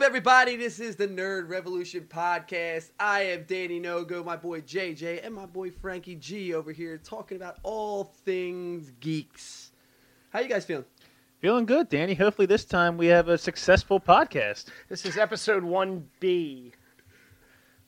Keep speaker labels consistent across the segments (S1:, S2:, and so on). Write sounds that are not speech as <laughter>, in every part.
S1: everybody? This is the Nerd Revolution podcast. I am Danny Nogo, my boy JJ, and my boy Frankie G over here talking about all things geeks. How you guys feeling?
S2: Feeling good, Danny. Hopefully, this time we have a successful podcast.
S3: This is episode 1B.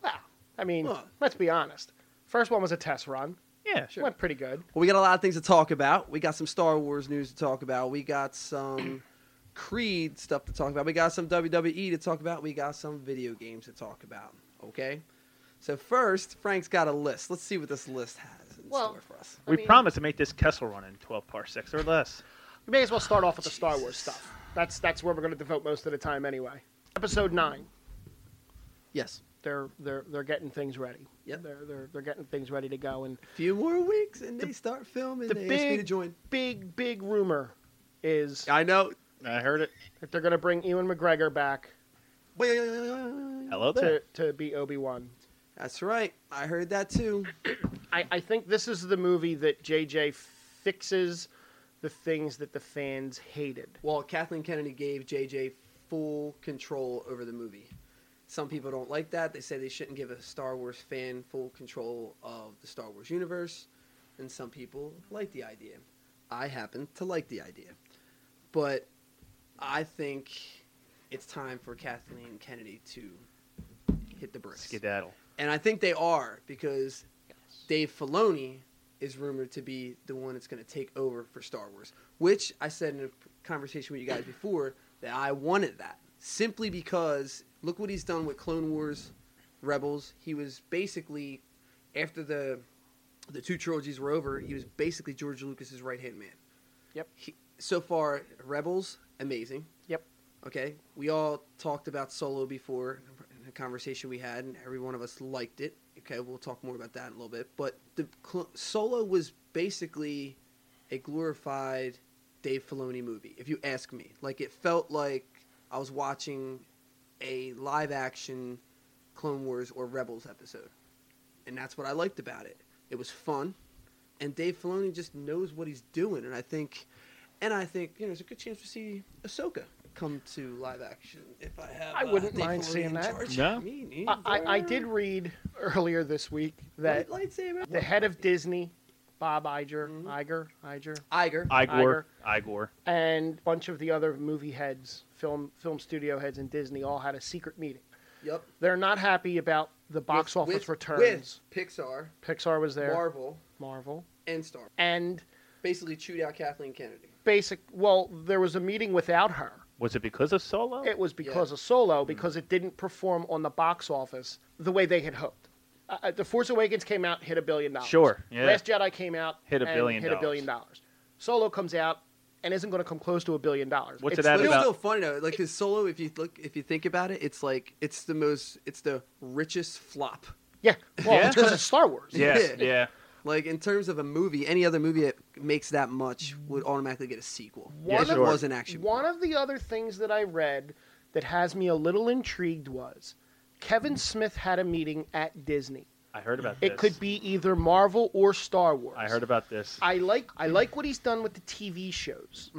S3: Well, I mean,
S1: Huh.
S3: let's be honest. First one was a test run.
S2: Yeah,
S3: It Went pretty good.
S1: Well, we got a lot of things to talk about. We got some Star Wars news to talk about. We got some <clears throat> Creed stuff to talk about. We got some WWE to talk about. We got some video games to talk about. Okay? So, first, Frank's got a list. Let's see what this list has in
S3: Well,
S1: store for us.
S3: I
S2: We
S3: mean,
S2: promised to make this Kessel run in 12 parsecs or less.
S3: We may as well start off with the Star Wars stuff. That's that's where we're going to devote most of the time anyway. Episode 9.
S1: Yes.
S3: They're they're they're getting things ready.
S1: Yep.
S3: They're they're they're getting things ready to go and
S1: few more weeks and they start filming.
S3: the
S1: they asked me to
S3: big-
S1: join.
S3: big big rumor is
S1: I know.
S2: I heard it.
S3: that they're going to bring Ewan McGregor back
S2: Hello
S3: to
S2: there.
S3: to be Obi-Wan.
S1: That's right. I heard that too.
S3: I, I think this is the movie that JJ fixes the things that the fans hated.
S1: Well, Kathleen Kennedy gave JJ full control over the movie. Some people don't like that. They say they shouldn't give a Star Wars fan full control of the Star Wars universe, and some people like the idea. I happen to like the idea. But I think it's time for Kathleen Kennedy to hit the bricks.
S2: Skedaddle.
S1: And I think they are because Dave Filoni is rumored to be the one that's going to take over for Star Wars, which I said in a conversation with you guys before that I wanted that simply because look what he's done with Clone Wars, Rebels. He was basically after the the two trilogies were over, he was basically George Lucas's right hand man.
S3: Yep.
S1: He, so far, Rebels amazing.
S3: Yep.
S1: Okay, we all talked about Solo before in a conversation we had, and every one of us liked it. Okay, we'll talk more about that in a little bit. But the cl- Solo was basically a glorified Dave Filoni movie, if you ask me. Like it felt like I was watching a live action Clone Wars or Rebels episode, and that's what I liked about it. It was fun, and Dave Filoni just knows what he's doing, and I think. And I think you know there's a good chance to see Ahsoka come to live action if I have.
S3: I
S1: uh,
S3: wouldn't
S1: Dave
S3: mind
S1: Filoni
S3: seeing
S1: in
S3: that.
S1: charge.
S2: No.
S1: Me neither.
S3: I, I, I did read earlier this week that
S1: Light- lightsaber.
S3: the head of Disney, Bob Iger,
S1: Mhm.
S3: Iger, Iger,
S1: Iger.
S2: Igor. Igor.
S3: and a bunch of the other movie heads, film film studio heads in Disney all had a secret meeting.
S1: Yep.
S3: They're not happy about the box
S1: With-
S3: office
S1: with-
S3: returns.
S1: with Pixar,
S3: Pixar was there,
S1: Marvel,
S3: Marvel,
S1: and Star.
S3: and
S1: Basically chewed out Kathleen Kennedy.
S3: basic. Well, there was a meeting without her.
S2: Was it because of Solo?
S3: It was because of Solo
S2: Mm-hmm.
S3: because it didn't perform on the box office the way they had hoped. Uh, Uh, the Force Awakens came out, hit a billion dollars.
S2: Sure, yeah.
S3: Last Jedi came out,
S2: Hit a
S3: and
S2: billion
S3: hit a
S2: dollars.
S3: billion dollars. Solo comes out and isn't going to come close to a billion dollars.
S2: What's
S3: It's
S2: it at
S1: But it's
S3: still-
S2: about-
S1: still funny though. Like his solo, if you look, if you think about it, it's like it's the most, it's the richest flop.
S3: Yeah, well,
S2: Yeah?
S3: it's because it's Star Wars.
S2: Yes,
S1: Yeah.
S2: yeah.
S1: Like in terms of a movie, any other movie that makes that much would automatically get a sequel.
S3: One
S1: if it
S2: sure.
S1: was an action.
S3: One of the other things that I read that has me a little intrigued was Kevin Smith had a meeting at Disney.
S2: I heard about this.
S3: It could be either Marvel or Star Wars.
S2: I heard about this.
S3: I like I like what he's done with the TV shows.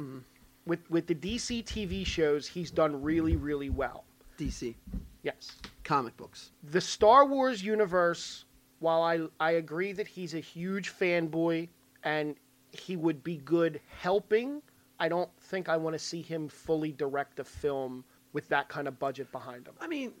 S3: With with the DC TV shows, he's done really really well.
S1: DC
S3: Yes.
S1: comic books.
S3: The Star Wars universe, while I I agree that he's a huge fanboy and he would be good helping, I don't think I want to see him fully direct a film with that kind of budget behind him.
S1: I mean,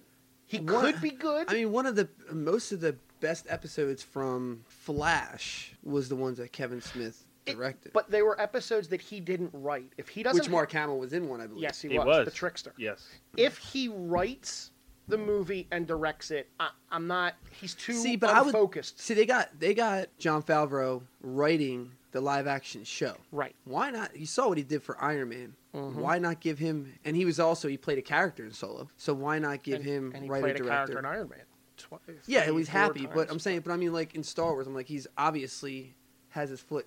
S3: He
S1: What-
S3: could be good.
S1: I mean, one of the most of the best episodes from Flash was the ones that Kevin Smith
S3: It-
S1: directed.
S3: but they were episodes that he didn't write. If he doesn't
S1: which Mark Hamill was in one, I believe.
S3: Yes, he,
S2: He
S3: was,
S2: was.
S3: the trickster.
S2: yes.
S3: if he writes the movie and directs it, I, I'm not. He's too
S1: See, but I would-
S3: unfocused.
S1: See, they got they got John Favreau writing the live action show.
S3: Right.
S1: Why not? You saw what he did for Iron Man.
S3: Mm-hmm.
S1: Why not give him? And he was also he played a character in Solo. So why not give
S3: and,
S1: him
S3: and he
S1: writer
S3: played a
S1: director?
S3: character in Iron Man. Twi-
S1: yeah, he
S3: three,
S1: was
S3: four
S1: happy. But
S3: times.
S1: I'm saying, but I mean, like in Star Wars, I'm like he's obviously has his foot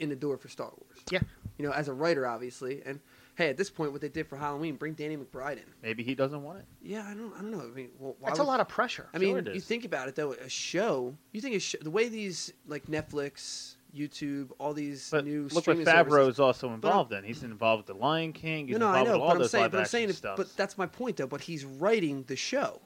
S1: in the door for Star Wars.
S3: yeah,
S1: You know, as a writer, obviously. And hey, at this point, what they did for Halloween, bring Danny McBride in.
S2: Maybe he doesn't want it.
S1: Yeah, I don't, I don't know. I mean, well, why
S3: that's
S1: would-
S3: a lot of pressure.
S1: I
S2: Sure
S1: mean,
S2: it
S1: you
S2: is.
S1: think about it though, a show. You think a sh- the way these like Netflix, YouTube, all these
S2: But
S1: new
S2: look what
S1: streaming
S2: Favreau
S1: services.
S2: is also involved in. He's involved with The Lion King. He's
S1: no, no, I
S2: involved
S1: know,
S2: with all
S1: but I'm
S2: those
S1: saying,
S2: live
S1: but I'm
S2: action
S1: saying,
S2: stuff.
S1: but that's my point though. But he's writing the show,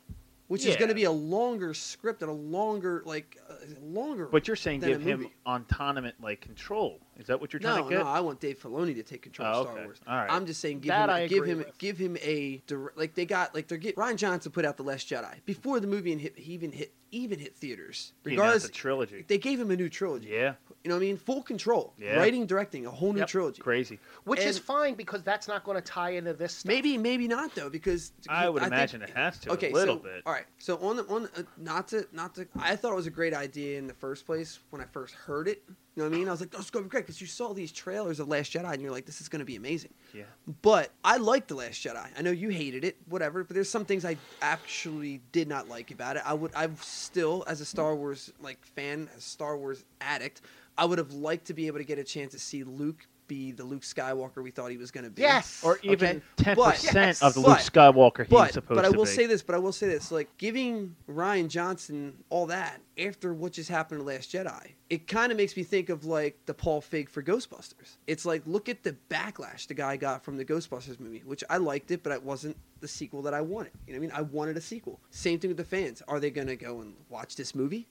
S1: which is
S2: Yeah.
S1: going to be a longer script and a longer, like, uh, longer.
S2: But you're saying
S1: than a
S2: give him
S1: movie.
S2: autonomous, like control. Is that what you're trying
S1: no,
S2: to get?
S1: no, I want Dave Filoni to take control
S2: Oh,
S1: of Star
S2: okay.
S1: Wars.
S2: All right.
S1: I'm just saying, give
S3: That
S1: him,
S3: I
S1: give
S3: agree
S1: him,
S3: with.
S1: give him a dir- like they got like they're get Ryan Johnson put out the Last Jedi before the movie and hit, he even hit even hit theaters.
S2: He announced
S1: Regardless,
S2: a trilogy.
S1: they gave him a new trilogy.
S2: Yeah,
S1: You know what I mean? Full control,
S2: Yeah.
S1: writing, directing, a whole new
S3: Yep.
S1: trilogy.
S2: crazy.
S3: which is
S1: And-
S3: fine because that's not going to tie into this. Stuff.
S1: Maybe, maybe not though, because
S2: I would
S1: think-
S2: imagine it has to
S1: okay,
S2: a little
S1: so,
S2: bit.
S1: All right, so on the on uh, not to not to, I thought it was a great idea in the first place when I first heard it. You know what I mean? I was like, "This is gonna be great," because you saw these trailers of Last Jedi, and you're like, "This is gonna be amazing."
S2: Yeah.
S1: But I liked the Last Jedi. I know you hated it, whatever. But there's some things I actually did not like about it. I would, I still, as a Star Wars like fan, as a Star Wars addict, I would have liked to be able to get a chance to see Luke be the Luke Skywalker we thought he was gonna be.
S3: yes,
S2: Or even ten percent
S3: Yes.
S2: of the
S1: But-
S2: Luke Skywalker he was
S1: But
S2: supposed
S1: but I
S2: to
S1: will
S2: be.
S1: say this, but I will say this, like giving Ryan Johnson all that after what just happened to Last Jedi, it kind of makes me think of like the Paul Fig for Ghostbusters. It's like look at the backlash the guy got from the Ghostbusters movie, which I liked it, but it wasn't the sequel that I wanted. You know what I mean? I wanted a sequel. Same thing with the fans. Are they gonna go and watch this movie?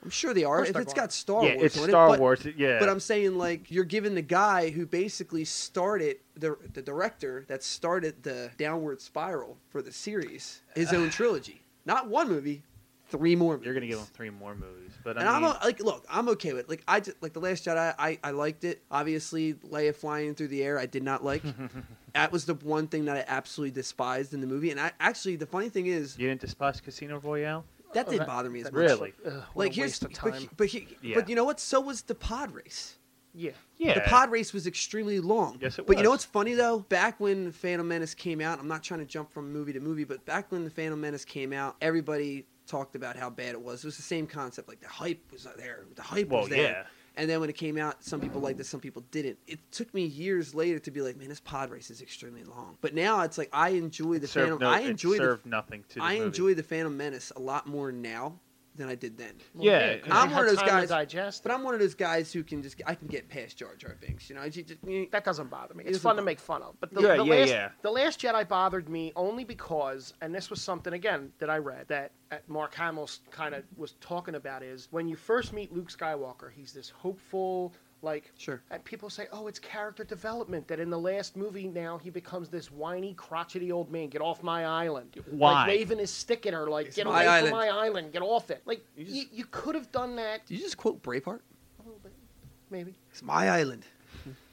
S1: I'm sure they are.
S3: course
S1: If
S3: they're
S1: it's
S3: going.
S1: got Star
S2: yeah,
S1: Wars,
S2: it's
S1: on it,
S2: Star
S1: but-
S2: Wars. Yeah,
S1: but I'm saying like you're giving the guy who basically started the the director that started the downward spiral for the series his
S2: <sighs>
S1: own trilogy. Not one movie, three more. Movies.
S2: you're gonna give him three more movies. But I
S1: And I am
S2: mean,
S1: o like, look, I'm okay with it. like I just, like the Last Jedi. I, I liked it. Obviously, Leia flying through the air, I did not
S2: <laughs>
S1: like. that was the one thing that I absolutely despised in the movie. And I actually, the funny thing is,
S2: you didn't despise Casino Royale.
S1: that didn't bother me as
S3: Oh,
S1: much.
S3: that-
S2: Really?
S3: Ugh, what
S1: Like
S3: a
S1: here's
S3: waste of
S1: <laughs> but,
S3: time.
S1: he- but, he,
S2: Yeah.
S1: but you know what? So was the pod race.
S3: yeah,
S2: Yeah,
S1: The pod race was extremely long.
S2: Yes, it
S1: But you know
S2: was.
S1: what's funny though? Back when Phantom Menace came out, I'm not trying to jump from movie to movie, but back when the Phantom Menace came out, everybody talked about how bad it was. It was the same concept. Like the hype was there. The hype
S2: Well,
S1: was there.
S2: yeah.
S1: And then when it came out, some people liked it, some people didn't. It took me years later to be like, man, this pod race is extremely long. But now it's like I enjoy the
S2: It served
S1: Phantom.
S2: no-
S1: I
S2: it
S1: enjoy the
S2: served nothing to. The
S1: I
S2: movie.
S1: enjoy the Phantom Menace a lot more now than I did then.
S3: Well,
S2: Yeah,
S3: 'cause
S1: I'm
S3: they
S1: one of those
S3: had time to
S1: guys-
S3: Digest.
S1: But I'm one of those guys who can just I can get past Jar Jar Binks. You know, I just,
S3: that doesn't bother me.
S1: It
S3: It's
S1: doesn't
S3: fun to
S1: bother-
S3: make fun of. But the,
S2: Yeah,
S3: the
S2: yeah,
S3: last,
S2: yeah.
S3: the last Jedi bothered me only because, and this was something again that I read that uh, Mark Hamill kind of was talking about is when you first meet Luke Skywalker, he's this hopeful, like
S1: sure.
S3: and people say, "Oh, it's character development." That in the last movie, now he becomes this whiny, crotchety old man. Get off my island!
S2: Why?
S3: Like waving his stick at her, like
S1: It's
S3: "Get
S1: my
S3: away
S1: island."
S3: from my island! Get off it!" Like
S2: You
S3: you,
S2: just-
S3: you, could have done that,
S1: Did you just quote Braveheart?
S3: maybe.
S1: It's my island.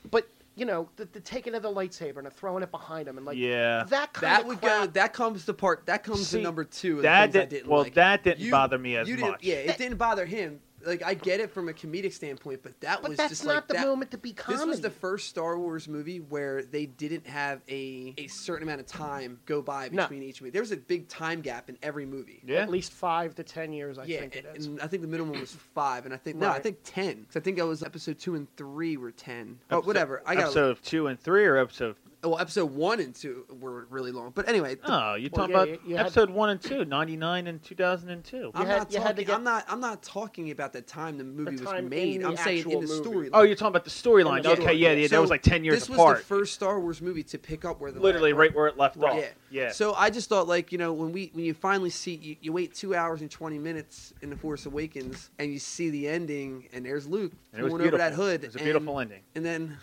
S3: But you know, the, the taking of the lightsaber and the throwing it behind him, and like
S2: Yeah.
S3: that kind
S1: That
S3: of
S1: would
S3: crap.
S1: go. That comes to part. That comes
S2: See,
S1: to number two. Of
S2: that
S1: the things I
S2: did-
S1: didn't
S2: well,
S1: like.
S2: that didn't bother me as
S1: you didn't-
S2: much.
S1: Yeah, it didn't bother him. Like I get it from a comedic standpoint, but that
S3: but
S1: was
S3: that's
S1: just
S3: not
S1: like
S3: the
S1: that,
S3: moment to be
S1: This
S3: comedy.
S1: was the first Star Wars movie where they didn't have a a certain amount of time go by
S3: No.
S1: between each movie. There was a big time gap in every movie.
S2: Yeah.
S3: at least five to ten years, I
S1: yeah,
S3: think it
S1: and-
S3: is.
S1: and I think the minimum was five, and I think no, I
S3: Right.
S1: think ten. 'Cause I think it was episode two and three were ten. Oh, whatever. I got
S2: episode two and three,
S1: <laughs>
S2: or episode.
S1: well, episode one and two were really long, but anyway, the
S2: Oh, you're
S3: Well,
S2: talking
S3: yeah,
S2: about
S3: you- you had-
S2: episode one and two, 99 and two thousand and two.
S1: I'm
S3: had-
S1: not
S3: you
S1: talking.
S3: had to get-
S1: I'm not. I'm not talking about the time the movie was
S3: time
S1: made.
S3: in the
S1: I'm saying in
S3: actual
S1: the
S3: movie.
S1: storyline.
S2: Oh, you're talking about the storyline.
S3: Yeah.
S2: Okay, yeah, yeah, that was like ten years
S1: this
S2: apart.
S1: was the first Star Wars movie to pick up where the
S2: Literally
S1: last-
S2: right where it left off.
S1: Yeah.
S2: Yeah.
S1: So I just thought, like, you know, when we when you finally see, you, you wait two hours and twenty minutes in the Force Awakens, and you see the ending, and there's Luke
S2: and it was
S1: going
S2: beautiful.
S1: over that hood.
S2: It was a
S1: and-
S2: beautiful ending.
S1: And then,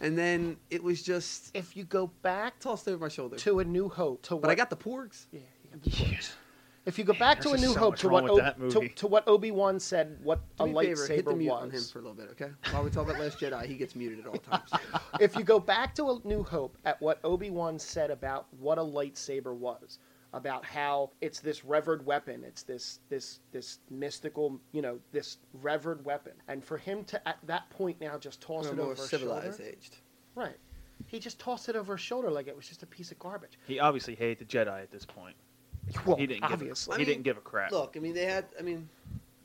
S1: and then it was just
S3: If you go back to,
S1: tossed over my shoulder.
S3: to a New Hope, to
S1: but
S3: what
S1: I got the porgs.
S3: Yeah, you got the points. If you go back to
S2: there's
S3: A New
S2: so
S3: Hope
S2: much
S3: to
S2: wrong
S3: what,
S2: with that
S3: o- to,
S2: movie.
S3: to what Obi Wan said, what
S1: Do
S3: a
S1: me favor, hit the
S3: lightsaber
S1: mute on him
S3: was.
S1: for a little bit, okay? While we talk about Last Jedi, he gets muted
S3: <laughs>
S1: at all times.
S3: if you go back to A New Hope at what Obi Wan said about what a lightsaber was, about how it's this revered weapon, it's this this this mystical, you know, this revered weapon, and for him to at that point now just toss
S1: We're
S3: it
S1: more
S3: over his
S1: civilized
S3: shoulder,
S1: aged.
S3: right? He just tossed it over his shoulder like it was just a piece of garbage.
S2: He obviously hated the Jedi at this point.
S3: Well,
S2: He didn't
S1: I
S2: give.
S3: obviously.
S2: A, he
S1: mean,
S2: didn't give a crap.
S1: Look, I mean, they had. I mean,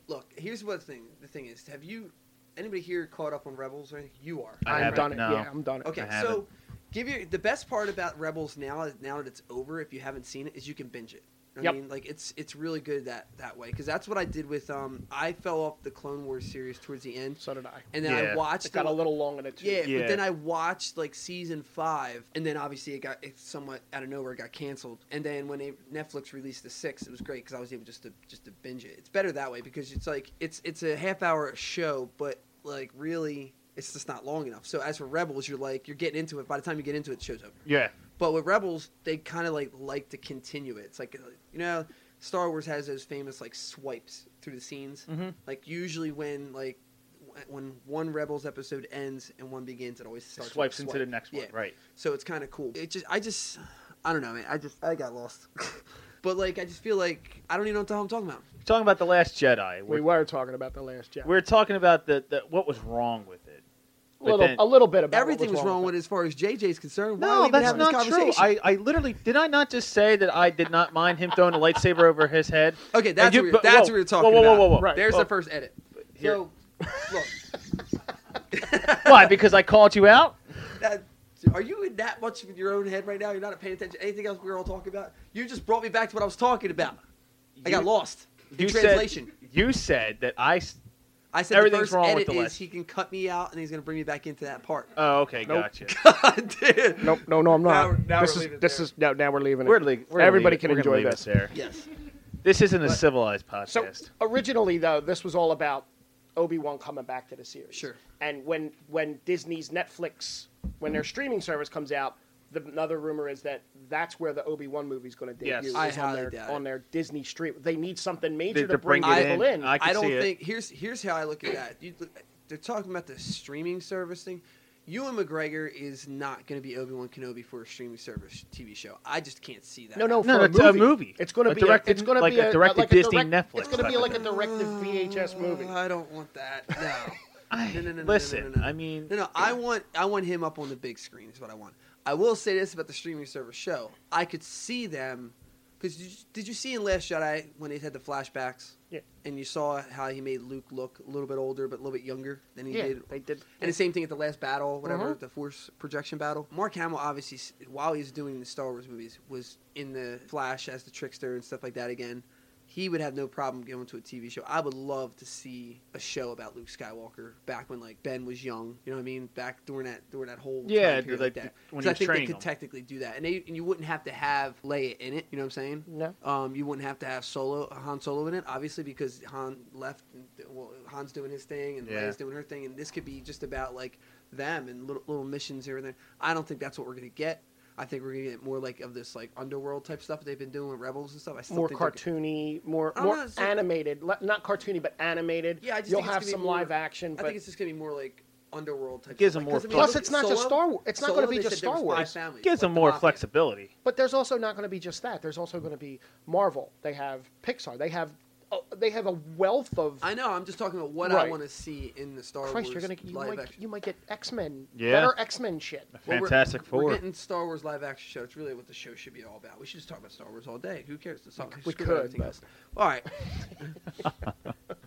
S1: look. Here's what the thing. The thing is, have you anybody here caught up on Rebels or anything? You are.
S2: I
S3: I'm
S2: haven't,
S3: done it.
S2: no.
S3: Yeah, I'm done it.
S1: Okay,
S2: I
S1: so give you the best part about Rebels now. Now that it's over, if you haven't seen it, is you can binge it. I
S3: Yep.
S1: mean, like it's it's really good that that way because that's what I did with um. I fell off the Clone Wars series towards the end,
S3: So did I.
S1: and then I
S2: Yeah.
S1: watched
S3: It got
S1: the-
S3: a little long in it too.
S1: yeah,
S2: Yeah.
S1: but then I watched like season five, and then obviously it got it somewhat out of nowhere it got canceled. And then when they, Netflix released the six, it was great because I was able just to just to binge it. It's better that way because it's like it's it's a half hour show, but like really it's just not long enough. So as for Rebels, you're like you're getting into it. By the time you get into it, the show's over.
S2: Yeah.
S1: But with Rebels, they kind of like like to continue it. It's like uh, you know, Star Wars has those famous like swipes through the scenes.
S2: Mhm.
S1: Like usually when like w- when one Rebels episode ends and one begins, it always starts with a
S2: Swipes into the
S1: swipe.
S2: next one.
S1: Yeah.
S2: Right.
S1: So it's kind of cool. It just I just I don't know, man. I just I got lost. <laughs> but like I just feel like I don't even know what the hell I'm talking about.
S2: We're talking about the Last Jedi.
S3: We
S2: We're,
S3: were talking about the last Jedi.
S2: we are talking about the, the what was wrong with it.
S3: a
S2: But
S3: little,
S2: then-
S3: a little bit about
S1: Everything
S3: what
S1: was wrong with it
S3: it.
S1: as far as JJ's concerned. Why are we
S2: No,
S1: even
S2: that's
S1: having
S2: not
S1: this
S2: true.
S1: conversation?
S2: I, I literally did I not just say that I did not mind him throwing a lightsaber over his head?
S1: Okay, that's
S2: you-
S1: what we-
S2: but-
S1: that's
S2: whoa,
S1: what we were talking
S2: whoa, whoa,
S1: about.
S2: whoa, whoa, whoa.
S3: Right.
S1: There's
S2: Well-
S1: the first edit.
S2: Here.
S1: So look.
S2: <laughs> Why? Because I called you out?
S1: That, are you in that much of your own head right now? You're not paying attention to anything else we were all talking about? You just brought me back to what I was talking about. I got
S2: You-
S1: lost in
S2: you said-
S1: translation.
S2: You said that I. s-
S1: I said the
S2: everything's
S1: first
S2: wrong with
S1: edit
S2: the
S1: is
S2: list.
S1: he can cut me out and he's going to bring me back into that part. <laughs>
S2: Oh, okay,
S3: Nope.
S2: gotcha.
S1: God damn.
S3: Nope, no, no, I'm
S1: Now
S3: not.
S1: we're- now we're
S3: this is
S1: leaving
S3: this
S1: there.
S3: is now, now we're leaving it.
S2: We're leaving- we're gonna
S3: Everybody
S2: leave it-
S3: can
S2: we're gonna
S3: enjoy
S2: leave it
S3: this.
S2: there.
S1: Yes.
S2: This isn't a
S1: But-
S2: civilized
S3: So
S2: podcast.
S3: originally, though, this was all about Obi Wan coming back to the series.
S1: Sure.
S3: And when when Disney's Netflix, when their streaming service comes out, the, another rumor is that that's where the Obi Wan movie's going to debut.
S2: Yes.
S3: is
S1: I
S3: on
S1: highly
S3: their
S1: doubt it.
S3: on their Disney stream. They need something major
S2: To-
S3: to,
S2: to
S3: bring,
S2: bring it
S3: people in.
S2: in. I- can
S1: don't
S2: see it.
S1: think here's here's how I look at that. You, they're talking about the streaming service thing. Ewan McGregor is not going to be Obi Wan Kenobi for a streaming service TV show. I just can't see that.
S3: no, no,
S2: No,
S3: for
S2: it's a movie.
S3: It's going to
S2: A
S3: be
S2: directed-
S3: a, it's going to
S2: like
S3: be
S2: a directed
S3: like
S2: Disney
S3: direct-
S2: Netflix
S3: It's going to
S2: type
S3: be
S2: of
S3: like a
S2: thing.
S3: directed VHS movie.
S1: Uh, I don't want that.
S3: <laughs>
S1: No.
S2: I-
S1: No, no, no, no, no,
S2: listen,
S1: no, no, no.
S2: I mean,
S1: No, no, I want I want him up on the big screen. Is what I want. I will say this about the streaming service show. I could see them because did, you- did you see in Last Jedi when they had the flashbacks?
S3: Yeah.
S1: And you saw how he made Luke look a little bit older, but a little bit younger than he
S3: yeah,
S1: did.
S3: they did.
S1: And the same thing at the last battle, whatever
S2: Uh-huh.
S3: Mhm.
S1: the Force projection battle. Mark Hamill obviously, s- while he's doing the Star Wars movies, was in the Flash as the trickster and stuff like that again. He would have no problem going to a TV show. I would love to see a show about Luke Skywalker back when like Ben was young. You know what I mean? Back during that during that whole
S2: Yeah,
S1: time period
S2: like
S1: like, that.
S2: the-
S1: 'Cause
S2: when he
S1: I think
S2: was
S1: they
S2: training
S1: could
S2: him.
S1: technically do that, and they and you wouldn't have to have Leia in it. You know what I'm saying?
S3: No.
S1: Um, you wouldn't have to have Solo Han Solo in it, obviously, because Han left. And, well, Han's doing his thing, and
S2: Yeah.
S1: Leia's doing her thing, and this could be just about like them and little, little missions here and there. I don't think that's what we're gonna get. I think we're gonna get more like of this like underworld type stuff that they've been doing with Rebels and stuff. I still
S3: more
S1: think they're-
S3: cartoony, more
S1: I don't
S3: more
S1: know, it's like-
S3: animated. le- Not cartoony, but animated.
S1: Yeah, I just
S3: you'll
S1: think it's
S3: have
S1: gonna be
S3: some
S1: more-
S3: live action.
S1: I
S3: But
S1: think it's just gonna be more like underworld type.
S2: Gives
S1: stuff.
S2: them
S1: Like, 'cause,
S2: more
S1: I mean,
S3: plus,
S1: look
S3: it's
S1: at
S3: not just
S1: Solo.
S3: Star Wars. It's not
S1: Solo,
S3: going to
S1: they
S3: be
S1: said
S3: just
S1: there was
S3: Star Wars.
S1: Five families,
S2: gives
S1: like
S2: them
S1: the
S2: more
S1: Mafia.
S2: flexibility.
S3: But there's also not going to be just that. There's also going to be Marvel. They have Pixar. They have uh, they have a wealth of.
S1: I know. I'm just talking about what I
S3: Right.
S1: want to see in the Star
S3: Christ,
S1: Wars
S3: you're gonna you
S1: live
S3: might,
S1: action.
S3: you might get X Men.
S2: Yeah.
S3: Better X Men shit.
S1: Well, we're-
S2: Fantastic
S1: we're,
S2: 4
S1: getting Star Wars live action show. It's really what the show should be all about. We should just talk about Star Wars all day. Who cares? Let's talk-
S3: We
S1: screw
S3: could,
S1: everything
S3: but-
S1: else. All right.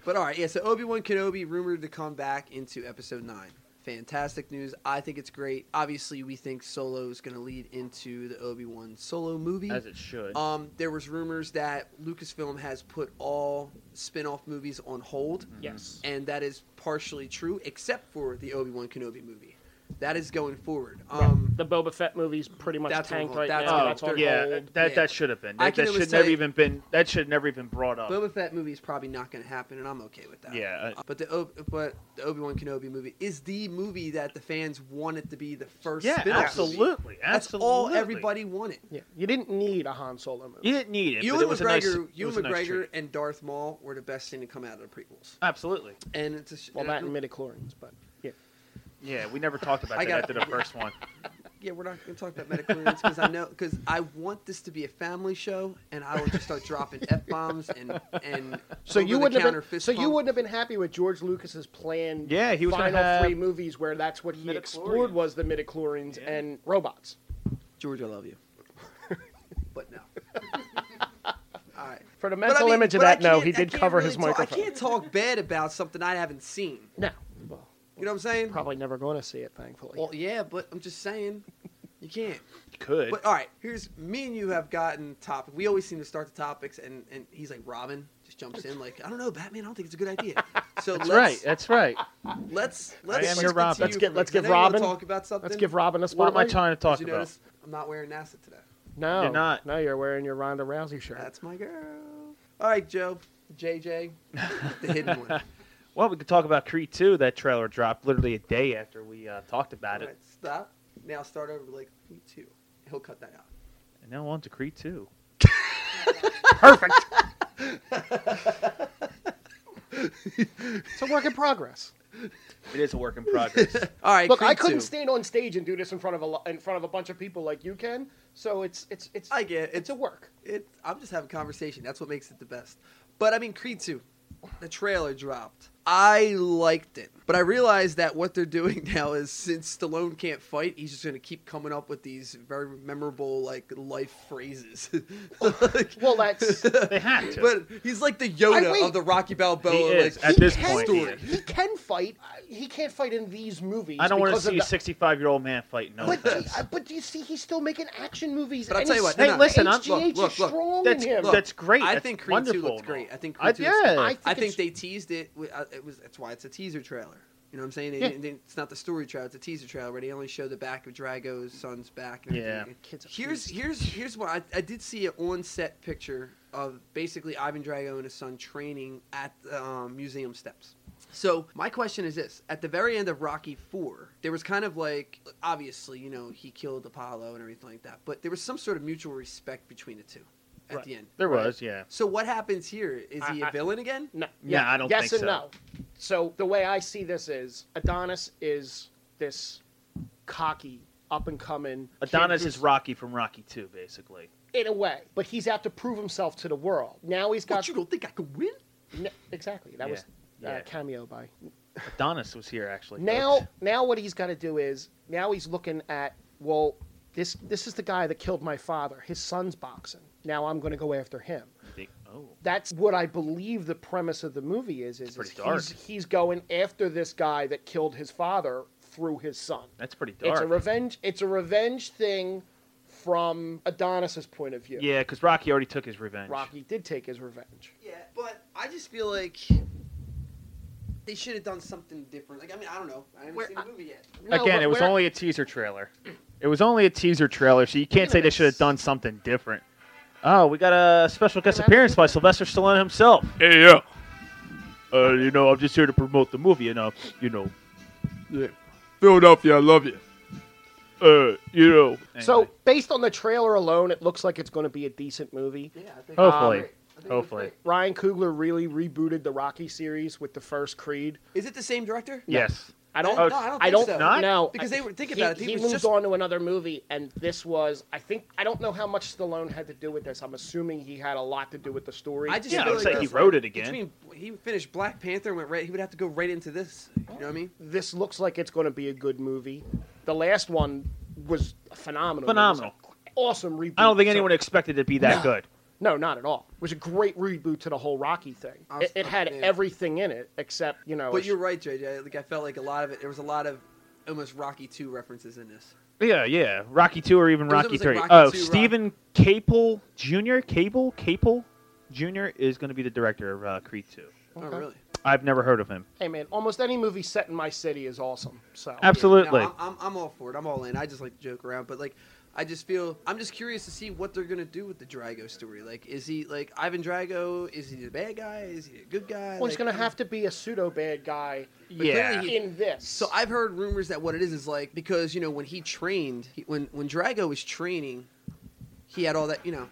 S1: but all right, <laughs> yeah. So Obi Wan Kenobi rumored to come back into Episode Nine. Fantastic news. I think it's great. Obviously, we think Solo is going to lead into the Obi Wan Solo movie.
S2: as it should.
S1: Um, there was rumors that Lucasfilm has put all spin-off movies on hold
S2: Mm-hmm.
S3: Yes.
S1: Mm-hmm. and that is partially true, except for the Obi Wan Kenobi movie. That is going forward.
S3: Right.
S1: Um,
S3: the Boba Fett movie's pretty much
S1: That's on
S3: tanked
S1: hold.
S3: right
S1: That's
S3: now.
S1: on
S2: oh,
S1: hold.
S3: That's on
S2: yeah,
S3: hold.
S2: that
S1: Yeah.
S2: that should have been.
S1: I
S2: That,
S1: can
S2: that
S1: only
S2: should never
S1: say-
S2: even been. That should never even brought up.
S1: Boba Fett movie is probably not going to happen, and I'm okay with that.
S2: Yeah, I-
S1: Uh, but the o- but the Obi Wan Kenobi movie is the movie that the fans wanted to be the first.
S2: yeah,
S1: spin-off Movie.
S2: absolutely, absolutely.
S1: That's all everybody wanted.
S3: Yeah. You didn't need a Han Solo movie.
S2: You didn't need it.
S1: Ewan
S2: but it was
S1: McGregor,
S2: a nice, it
S1: Ewan
S2: was a nice
S1: McGregor,
S2: treat.
S1: and Darth Maul were the best thing to come out of the prequels.
S2: Absolutely.
S1: And it's a, sh-
S3: Well,
S1: and I
S3: that and
S1: don't-
S3: midi chlorians, but yeah.
S2: Yeah, we never talked about
S1: <laughs> I
S2: that
S1: got-
S2: after the first one.
S1: Yeah, we're not going to talk about medical clearance because I know because I want this to be a family show, and I will just start dropping f bombs and and
S3: So you wouldn't
S1: over-the-counter
S3: have been,
S1: fist
S3: so you
S1: bump.
S3: wouldn't have been happy with George Lucas's plan.
S2: Yeah, he was gonna
S3: final
S2: have
S3: three movies where that's what he explored
S2: midichlorians.
S3: was the midichlorians
S2: Yeah.
S3: and robots.
S1: George, I love you, but
S3: <laughs>
S1: no. All right.
S3: For the
S1: But I
S3: mental
S1: mean-
S3: image of
S1: but I
S3: that, no,
S1: can't-
S3: he
S1: I
S3: did
S1: can't
S3: cover
S1: really
S3: his
S1: talk-
S3: microphone.
S1: I can't talk bad about something I haven't seen.
S3: No,
S1: You know what I'm saying?
S3: probably never going to see it, thankfully.
S1: Well, yeah, but I'm just saying. You can't.
S2: You could.
S1: But uh, all right, here's me and you have gotten topic. We always seem to start the topics, and and he's like Robin just jumps in like I don't know Batman. I don't think it's a good
S3: <laughs>
S1: idea. So
S2: that's right.
S1: let's,
S2: That's
S1: <laughs>
S2: right.
S1: Let's let's
S2: I am
S1: let's
S2: your
S1: get
S2: Robin.
S1: to
S2: Let's
S1: you
S3: get-
S1: for
S3: let's
S1: this. I
S3: get
S1: know you wanna
S3: Robin.
S1: Talk about something.
S3: Let's give Robin a
S2: What
S3: spotlight.
S2: am I trying to
S1: Did
S2: talk
S1: you
S2: about?
S1: notice I'm not wearing NASA today.
S3: No,
S2: You're not.
S3: No, you're wearing your Ronda Rousey shirt.
S1: That's my girl. All right, Joe, JJ, the hidden
S3: <laughs>
S1: one.
S2: Well, we could talk about Creed 2. That trailer dropped literally a day after we uh, talked about
S1: All
S2: it.
S1: right, stop. Now start over. Like me too. He'll cut that out.
S2: And now on to Creed
S3: <laughs>
S2: 2.
S3: Perfect. it's a work in progress.
S2: It is a work in progress.
S1: All right,
S3: Look, I
S1: Creed
S3: couldn't
S1: 2.
S3: stand on stage and do this in front of a lo- in front of a bunch of people like you can. So it's it's it's
S1: I get it.
S3: it's a work.
S1: It, I'm just having conversation. That's what makes it the best. But I mean, Creed 2, the trailer dropped. I liked it, but I realized that what they're <laughs> doing now is since Stallone can't fight, he's just going to keep coming up with these very memorable like life phrases. <laughs>
S2: Oh.
S1: Like,
S3: Well,
S1: <laughs>
S2: <laughs>
S3: that's
S2: they had to.
S1: but he's like the
S3: I
S1: Yoda
S3: wait.
S1: of the Rocky Balboa.
S2: He is,
S1: like,
S2: at
S3: he
S2: this
S3: can,
S2: point,
S3: he,
S2: yeah.
S3: he can fight. He can't fight in these movies.
S2: I don't want to
S3: because of
S2: see a
S3: the-
S2: 65 year old man fight. No
S3: But do,
S2: offense.
S3: but do you see he's still making action movies?
S1: But I'll
S3: and
S1: tell you
S3: he's-
S1: what, no,
S3: and
S1: no.
S2: Listen, I'm-
S3: HGH
S1: look, look,
S3: is
S1: look.
S3: strong
S2: That's-
S3: in him.
S2: look, that's great.
S1: I
S2: That's
S1: think Creed 2
S2: wonderful
S1: looked
S2: and
S1: great.
S2: all.
S1: I think
S2: I-
S1: Creed 2 is-
S2: yeah.
S3: I
S1: I
S3: think
S1: think
S3: it's-
S1: they teased it. with- uh, It was that's why it's a teaser trailer. You know what I'm saying? They-
S3: Yeah.
S1: they- it's not the story trailer; it's a teaser trailer where they only show the back of Drago's son's back. And
S2: Yeah.
S1: everything.
S3: Kids are
S1: Here's here's here's what I, I did see an on-set picture of basically Ivan Drago and his son training at the um, museum steps. So my question is this: At the very end of Rocky Four, there was kind of like obviously you know he killed Apollo and everything like that, but there was some sort of mutual respect between the two at
S3: Right.
S1: the end.
S2: there was, yeah.
S1: So what happens here? Is he
S3: I-
S1: a
S3: I-
S1: villain again?
S3: No.
S2: Yeah, I don't
S3: Yes
S2: think
S3: and
S2: so.
S3: no. So the way I see this is Adonis is this cocky up and coming.
S2: Adonis is Rocky from Rocky 2, basically.
S3: in a way, but he's out to prove himself to the world. Now he's
S1: But
S3: got
S1: you don't think I could win?
S3: N- exactly that
S2: Yeah,
S3: was
S2: yeah.
S3: Uh, cameo by
S2: Adonis was here, actually.
S3: now.
S2: folks.
S3: Now what he's got to do is now he's looking at well this this is the guy that killed my father. His son's boxing. Now I'm going to go after him.
S2: Think- Oh.
S3: that's what I believe the premise of the movie is. Is,
S2: pretty
S3: is
S2: dark.
S3: he's, he's going after this guy that killed his father through his son.
S2: That's pretty dark.
S3: It's a revenge. It's a revenge thing from Adonis's point of view.
S2: Yeah, because Rocky already took his revenge.
S3: Rocky did take his revenge.
S1: Yeah, but I just feel like they should have done something different. Like I mean, I don't know. I haven't
S3: Where-
S1: seen the movie yet.
S3: No,
S2: Again,
S3: but
S2: it was
S3: we're-
S2: only a teaser trailer. It was only a teaser trailer, so you can't say they should have done something different. Oh, we got a special guest
S3: Wait a minute.
S2: appearance by Sylvester Stallone himself. Hey, yeah. Uh, you know, I'm just here to promote the movie, and uh, you know,
S4: Yeah. Philadelphia, I love you.
S2: uh, you know.
S3: So based on the trailer alone, it looks like it's going to be a decent movie.
S1: Yeah, I think.
S2: Hopefully.
S1: I think it's
S2: Hopefully.
S1: great.
S3: Ryan Coogler really rebooted the Rocky series with the first Creed.
S1: Is it the same director?
S2: yes,
S3: I don't.
S1: No, I don't
S3: I
S1: think
S3: don't
S1: so.
S2: not?
S3: know
S1: Because
S3: I-
S1: they were- think
S3: he-
S1: about it,
S3: He,
S1: he was
S3: moved
S1: just-
S3: on to another movie, and this was. I think I don't know how much Stallone had to do with this. I'm assuming he had a lot to do with the story.
S1: I just
S2: Yeah,
S1: feel
S2: looks
S1: like
S2: like he
S1: it's
S2: wrote it again.
S1: Between he finished Black Panther and went right, he would have to go right into this. You know what I mean?
S3: This looks like it's going to be a good movie. The last one was phenomenal.
S2: Phenomenal.
S3: It was an awesome reboot.
S2: I don't think
S3: So-
S2: anyone expected it to be that
S3: No.
S2: good.
S3: No, not at all. It was a great reboot to the whole Rocky thing.
S1: I was-
S3: It, it had
S1: yeah.
S3: everything in it except you know.
S1: But you're right, JJ. Like I felt like a lot of it. There was a lot of almost Rocky Two references in this.
S2: Yeah, yeah, Rocky two or even
S1: It was- it
S2: Rocky
S1: was
S2: three.
S1: like Rocky
S2: oh,
S1: II, Rock-
S2: Stephen Capel Jr. Cable Capel Jr. is going to be the director of uh, Creed two.
S1: Oh,
S3: Okay.
S1: really?
S2: I've never heard of him.
S3: hey man, almost any movie set in my city is awesome. So
S2: Absolutely.
S1: No, I'm, I'm, I'm all for it. I'm all in. I just like to joke around, but like, I just feel I'm just curious to see what they're gonna do with the Drago story. Like, is he like Ivan Drago? Is he the bad guy? Is he a good guy?
S3: well, he's going to have to be a pseudo bad guy
S2: yeah.
S1: clearly he-
S3: in this.
S1: So I've heard rumors that what it is is like because you know when he trained, he, when when Drago was training, he had all that you know.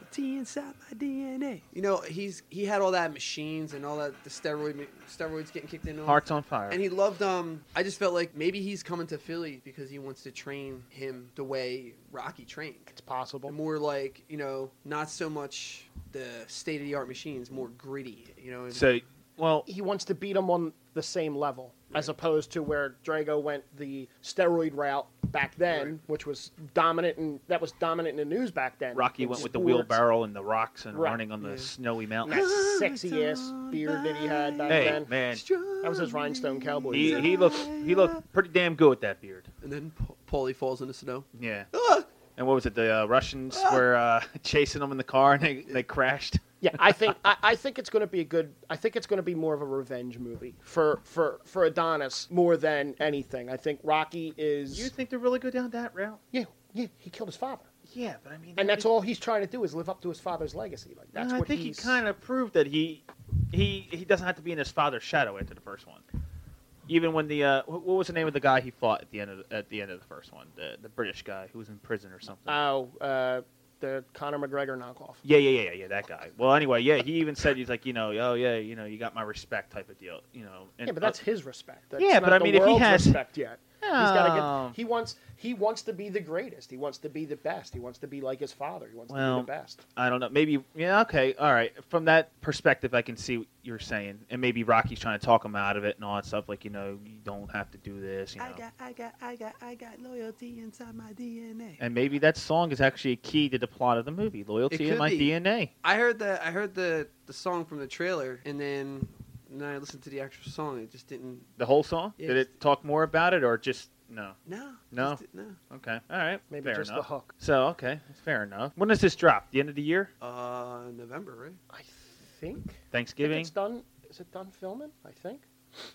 S1: the T inside my DNA. You know he's he had all that machines and all that the steroid ma- steroids getting kicked into him.
S2: Hearts on fire.
S1: And he loved. Um, I just felt like maybe he's coming to Philly because he wants to train him the way Rocky trained.
S3: It's possible.
S1: More like you know, not so much the state of the art machines, more gritty. You know. and-
S2: so, well,
S3: He wants to beat him on the same level, as opposed to where Drago went the steroid route back then,
S1: Right.
S3: which was dominant and that was dominant in the news back then.
S2: Rocky
S3: In
S2: went with the
S3: sports.
S2: wheelbarrow and the rocks and
S3: Right.
S2: running on the
S1: Yeah.
S2: snowy
S3: And
S2: mountains.
S3: That sexy ass beard that he had back
S2: Hey
S3: then.
S2: man,
S1: Strong
S3: That was his rhinestone cowboy.
S2: he
S3: beard.
S2: he looked he looked pretty damn good with that beard.
S1: And then pause. Paulie falls in the snow.
S2: Yeah.
S1: Ah!
S2: And what was it? The uh, Russians were uh, <laughs> chasing them in the car, and they, they crashed.
S3: Yeah, I think I, I think it's going to be a good. I think it's going to be more of a revenge movie for for for Adonis more than anything. I think Rocky is.
S2: You think they're really good down that route?
S3: yeah, yeah, he killed his father,
S2: Yeah, but I mean,
S3: and that's all he's trying to do is live up to his father's legacy. Like that's
S2: I
S3: what
S2: think he
S3: he's,
S2: kind of proved that he he he doesn't have to be in his father's shadow after the first one. Even when the uh, wh- what was the name of the guy he fought at the end of the, at the end of the first one? The the British guy who was in prison or something.
S3: Oh, uh, the Conor McGregor knockoff.
S2: yeah, yeah, yeah, yeah, that guy. Well, anyway, yeah, he even said he's like, you know, oh yeah, you know, you got my respect type of deal, you know. And,
S3: yeah, but that's
S2: uh,
S3: his respect. That's
S2: Yeah,
S3: not
S2: but I
S3: the
S2: mean, if he
S3: world's
S2: has-
S3: respect yet. He's gotta
S2: Oh.
S3: get. He wants. He wants to be the greatest. He wants to be the best. He wants to be like his father. He wants
S2: Well,
S3: to be the best.
S2: I don't know. Maybe yeah. Okay. All right. From that perspective, I can see what you're saying, and maybe Rocky's trying to talk him out of it and all that stuff. Like you know, you don't have to do this. You know.
S1: I got, I got, I got, I got loyalty inside my DNA.
S2: and maybe that song is actually a key to the plot of the movie. Loyalty in
S1: could
S2: my
S1: be.
S2: DNA.
S1: I heard the, I heard the, the song from the trailer, and then when I listened to the actual song, it just didn't.
S2: The whole song.
S1: Yeah,
S2: Did
S1: just-
S2: it talk more about it or just no?
S1: No,
S2: No.
S1: just didn't-
S2: Okay. All right.
S3: Maybe
S2: fair
S3: just
S2: enough.
S3: the hook.
S2: So okay, that's fair enough. When does this drop? The end of the year?
S1: no. Uh, November, right?
S3: I think.
S2: Thanksgiving?
S3: It's done. Is it done filming? I think.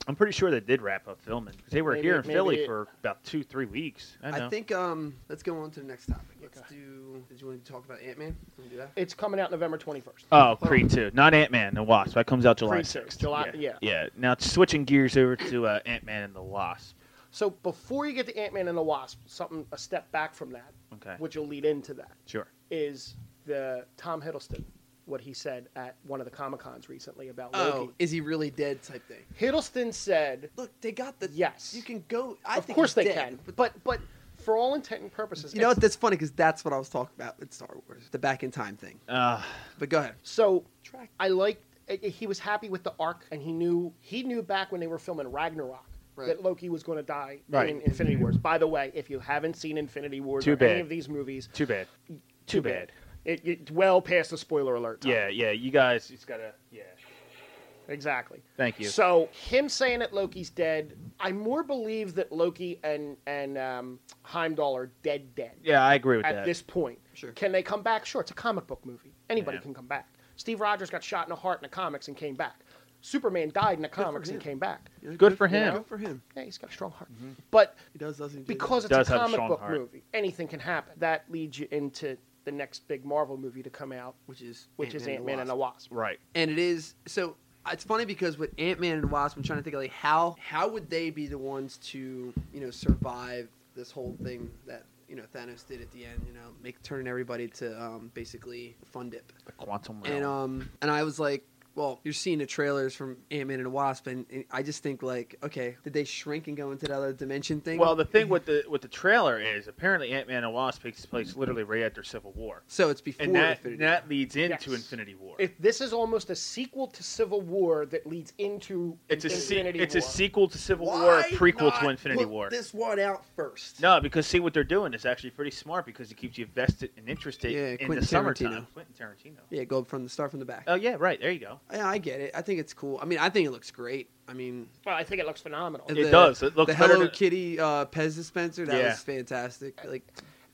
S2: I'm pretty sure they did wrap up filming 'cause they were
S3: Maybe-
S2: here in
S3: maybe
S2: Philly
S3: it-
S2: for about two, three weeks. I know.
S1: I, think. Um, let's go on to the next topic. Let's
S3: Okay.
S1: do. Did you want to talk about Ant Man? do that.
S3: It's coming out November twenty first.
S2: Oh, Creed 2. Not Ant Man, The Wasp. That comes out July
S3: Creed 2,
S2: 6th.
S3: July-
S2: yeah.
S3: yeah.
S2: Now, switching gears over to uh, Ant Man and The Wasp.
S3: So before you get to Ant Man and the Wasp, something a step back from that,
S2: Okay.
S3: which will lead into that,
S2: Sure.
S3: is the Tom Hiddleston, what he said at one of the Comic Cons recently about
S1: Oh,
S3: Loki.
S1: is he really dead? Type thing.
S3: Hiddleston said,
S1: Look, they got the.
S3: Yes.
S1: You can go. I
S3: of
S1: think
S3: course they
S1: he's dead,
S3: can, but but for all intent and purposes,
S1: You know
S3: it's-
S1: what? That's funny because that's what I was talking about with Star Wars, the back in time thing.
S2: Uh,
S1: But go ahead.
S3: So
S1: Track.
S3: I liked. I- I- He was happy with the arc, and he knew he knew back when they were filming Ragnarok
S1: Right.
S3: that Loki was going to die
S2: Right.
S3: in Infinity Wars. By the way, if you haven't seen Infinity Wars
S2: Too
S3: or
S2: bad.
S3: any of these movies,
S2: too bad. Too, bad.
S3: It, it's well past the spoiler alert. Time.
S2: Yeah, yeah. You guys just got to. Yeah.
S3: exactly.
S2: Thank you.
S3: So him saying that Loki's dead, I more believe that Loki and and um, Heimdall are dead, dead.
S2: yeah, I agree with
S3: at
S2: that.
S3: this point.
S1: Sure.
S3: Can they come back? Sure, it's a comic book movie. Anybody
S2: Yeah.
S3: can come back. Steve Rogers got shot in the heart in the comics and came back. Superman died in the comics and
S1: him.
S3: came back.
S2: Good for him.
S1: Good for him.
S3: Yeah, he's got a strong heart. But
S1: He does doesn't he?
S3: because it's a
S2: Mm-hmm. Does have a
S3: comic
S2: strong
S3: book
S2: heart.
S3: movie, anything can happen. That leads you into the next big Marvel movie to come out,
S1: which is
S3: which is Ant Man and the Wasp.
S2: right.
S1: and it is so uh, it's funny because with ant-man and wasp i'm trying to think of like how how would they be the ones to you know survive this whole thing that you know thanos did at the end you know make turning everybody to um, basically fun dip
S2: The quantum realm.
S1: and um and i was like well, you're seeing the trailers from Ant-Man and the Wasp, and, and I just think like, okay, did they shrink and go into that other dimension thing?
S2: well, the thing with the with the trailer is apparently Ant Man and Wasp takes place literally right after Civil War,
S1: so it's before
S2: and that
S1: Infinity War.
S2: that leads into
S3: Yes.
S2: Infinity War.
S3: If this is almost a sequel to Civil War that leads into
S2: it's a se-
S3: Infinity
S2: it's a
S3: War.
S2: sequel to Civil War, a
S1: Why
S2: prequel to
S1: not
S2: Infinity
S1: put
S2: War.
S1: This one out first.
S2: No, because see what they're doing is actually pretty smart because it keeps you vested and interested
S1: Yeah,
S2: in
S1: Quentin
S2: the summertime.
S1: Tarantino.
S2: Quentin Tarantino.
S1: Yeah, go from the start from the back.
S2: Oh yeah, right. There you go.
S1: Yeah, I get it. I think it's cool. I mean, I think it looks great. I mean,
S3: Well, I think it looks phenomenal.
S2: It does. It looks
S1: the
S2: better
S1: Hello
S2: than-
S1: Kitty uh, Pez dispenser. That
S2: Yeah.
S1: was fantastic. Like,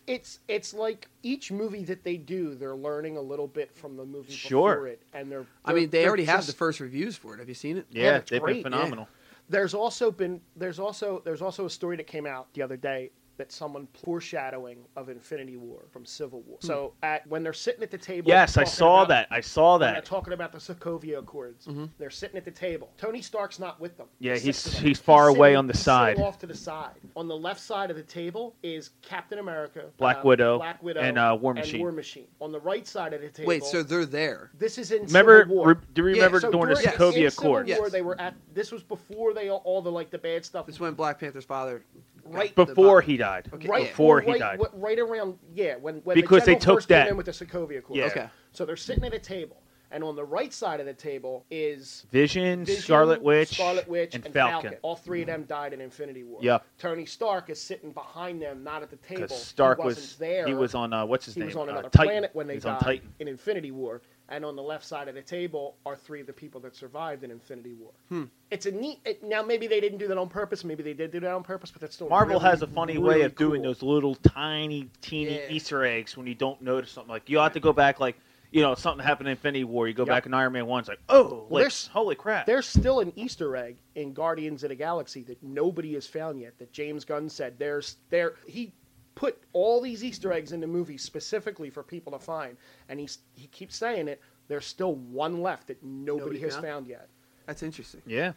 S3: it's it's like each movie that they do, they're learning a little bit from the movie
S2: Sure.
S3: before it, and they're.
S1: I mean, they
S3: they're
S1: already have the
S3: just-
S1: first reviews for it. Have you seen it?
S2: Yeah,
S3: Yeah, that's
S2: they've been
S3: great,
S2: phenomenal.
S3: There's also been there's also there's also a story that came out the other day that someone foreshadowing of Infinity War from Civil War. So at, when they're sitting at the table,
S2: Hmm. Yes, I
S3: talking
S2: saw
S3: about-
S2: that. I saw
S3: when They're
S2: that.
S3: talking about the Sokovia Accords. They're sitting at the table. Tony Stark's not with them.
S2: Mm-hmm. Yeah,
S3: There's
S2: he's-
S3: six of them.
S2: he's far away
S3: sitting-
S2: on the
S3: he's
S2: side.
S3: sitting off to the side. On the left side of the table is Captain America,
S2: Black
S3: uh,
S2: Widow,
S3: Black Widow,
S2: and, uh, War
S3: and
S2: Machine.
S3: War Machine. On the right side of the table.
S1: Wait, so they're there.
S3: This is in
S2: Remember?
S3: Civil War.
S2: Re, do you
S1: Yeah,
S2: remember
S1: so
S2: during the
S1: during-
S2: Sokovia
S3: in Civil
S2: Accord?
S1: Yes.
S3: War, they were at. This was before they all, all the like the bad stuff.
S1: This is when Black Panther's father. got
S3: Right.
S1: the
S2: Before
S1: bomb.
S2: he died.
S1: Okay.
S3: right
S2: Before
S3: well,
S2: he
S3: right,
S2: died.
S3: wh- Right around yeah, when when
S2: Because
S3: the
S2: they
S3: general
S2: took
S3: first came
S2: that.
S3: in with the Sokovia Accord.
S2: Yeah.
S1: Okay.
S3: So they're sitting at a table, and on the right side of the table is
S2: Vision,
S3: Vision,
S2: Scarlet Witch,
S3: Scarlet Witch,
S2: and,
S3: and,
S2: Falcon.
S3: All three of them died in Infinity War.
S2: Yep.
S3: Tony Stark is sitting behind them, not at the table.
S2: Because Stark
S3: he wasn't
S2: was
S3: there.
S2: he was on uh, what's his
S3: He
S2: name?
S3: was on
S2: Uh,
S3: another
S2: Titan.
S3: planet when they
S2: he was
S3: died
S2: on Titan.
S3: in Infinity War. and on the left side of the table are three of the people that survived in Infinity War.
S2: Hmm.
S3: It's a neat. It, now maybe they didn't do that on purpose. Maybe they did do that on purpose, but that's still
S2: Marvel
S3: really,
S2: has a funny way
S3: really
S2: of doing
S3: cool.
S2: those little tiny, teeny
S1: Yeah.
S2: Easter eggs when you don't notice something. Like you have to go back, like you know, something happened in Infinity War. You go
S3: Yep.
S2: back in Iron Man One, it's like, oh, like,
S3: there's-
S2: holy crap!
S3: There's still an Easter egg in Guardians of the Galaxy that nobody has found yet. That James Gunn said there's there he put all these Easter eggs in the movie specifically for people to find, and he's he keeps saying it. There's still one left that nobody,
S1: Nobody
S3: has
S1: found?
S3: found yet.
S1: That's interesting.
S2: Yeah,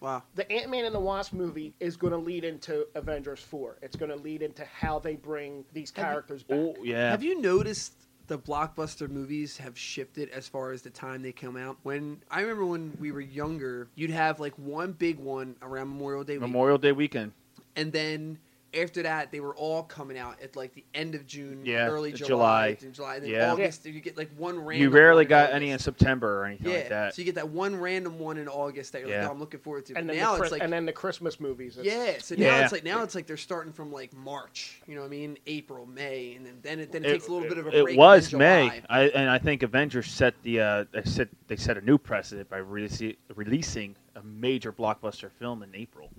S1: Wow.
S3: The Ant Man and the Wasp movie is going to lead into Avengers Four. It's going to lead into how they bring these
S1: Have you-
S3: characters back.
S2: oh yeah.
S1: Have you noticed the blockbuster movies have shifted as far as the time they come out? When I remember when we were younger, you'd have like one big one around Memorial Day, week,
S2: Memorial Day weekend?
S1: and then after that they were all coming out at like the end of June,
S2: Yeah,
S1: early
S2: the
S1: July,
S2: July.
S1: then July, then
S2: Yeah.
S1: August. You get like one random.
S2: You rarely
S1: one in
S2: got any in
S1: August.
S2: September or anything
S1: Yeah,
S2: like that.
S1: so you get that one random one in August that you're
S2: Yeah.
S1: like, oh, I'm looking forward to.
S3: and
S1: but
S3: then,
S1: now
S3: the, Chris-
S1: it's like
S3: and then the Christmas movies. It's-
S1: yeah, so now
S2: Yeah.
S1: it's like now it's like they're starting from like March, you know what I mean? April, May, and then then it, then it,
S2: It-
S1: takes a little bit of a
S2: it
S1: break.
S2: was
S1: in
S2: May,
S1: July.
S2: I, and I think Avengers set the uh, they set they set a new precedent by release, releasing a major blockbuster film in April.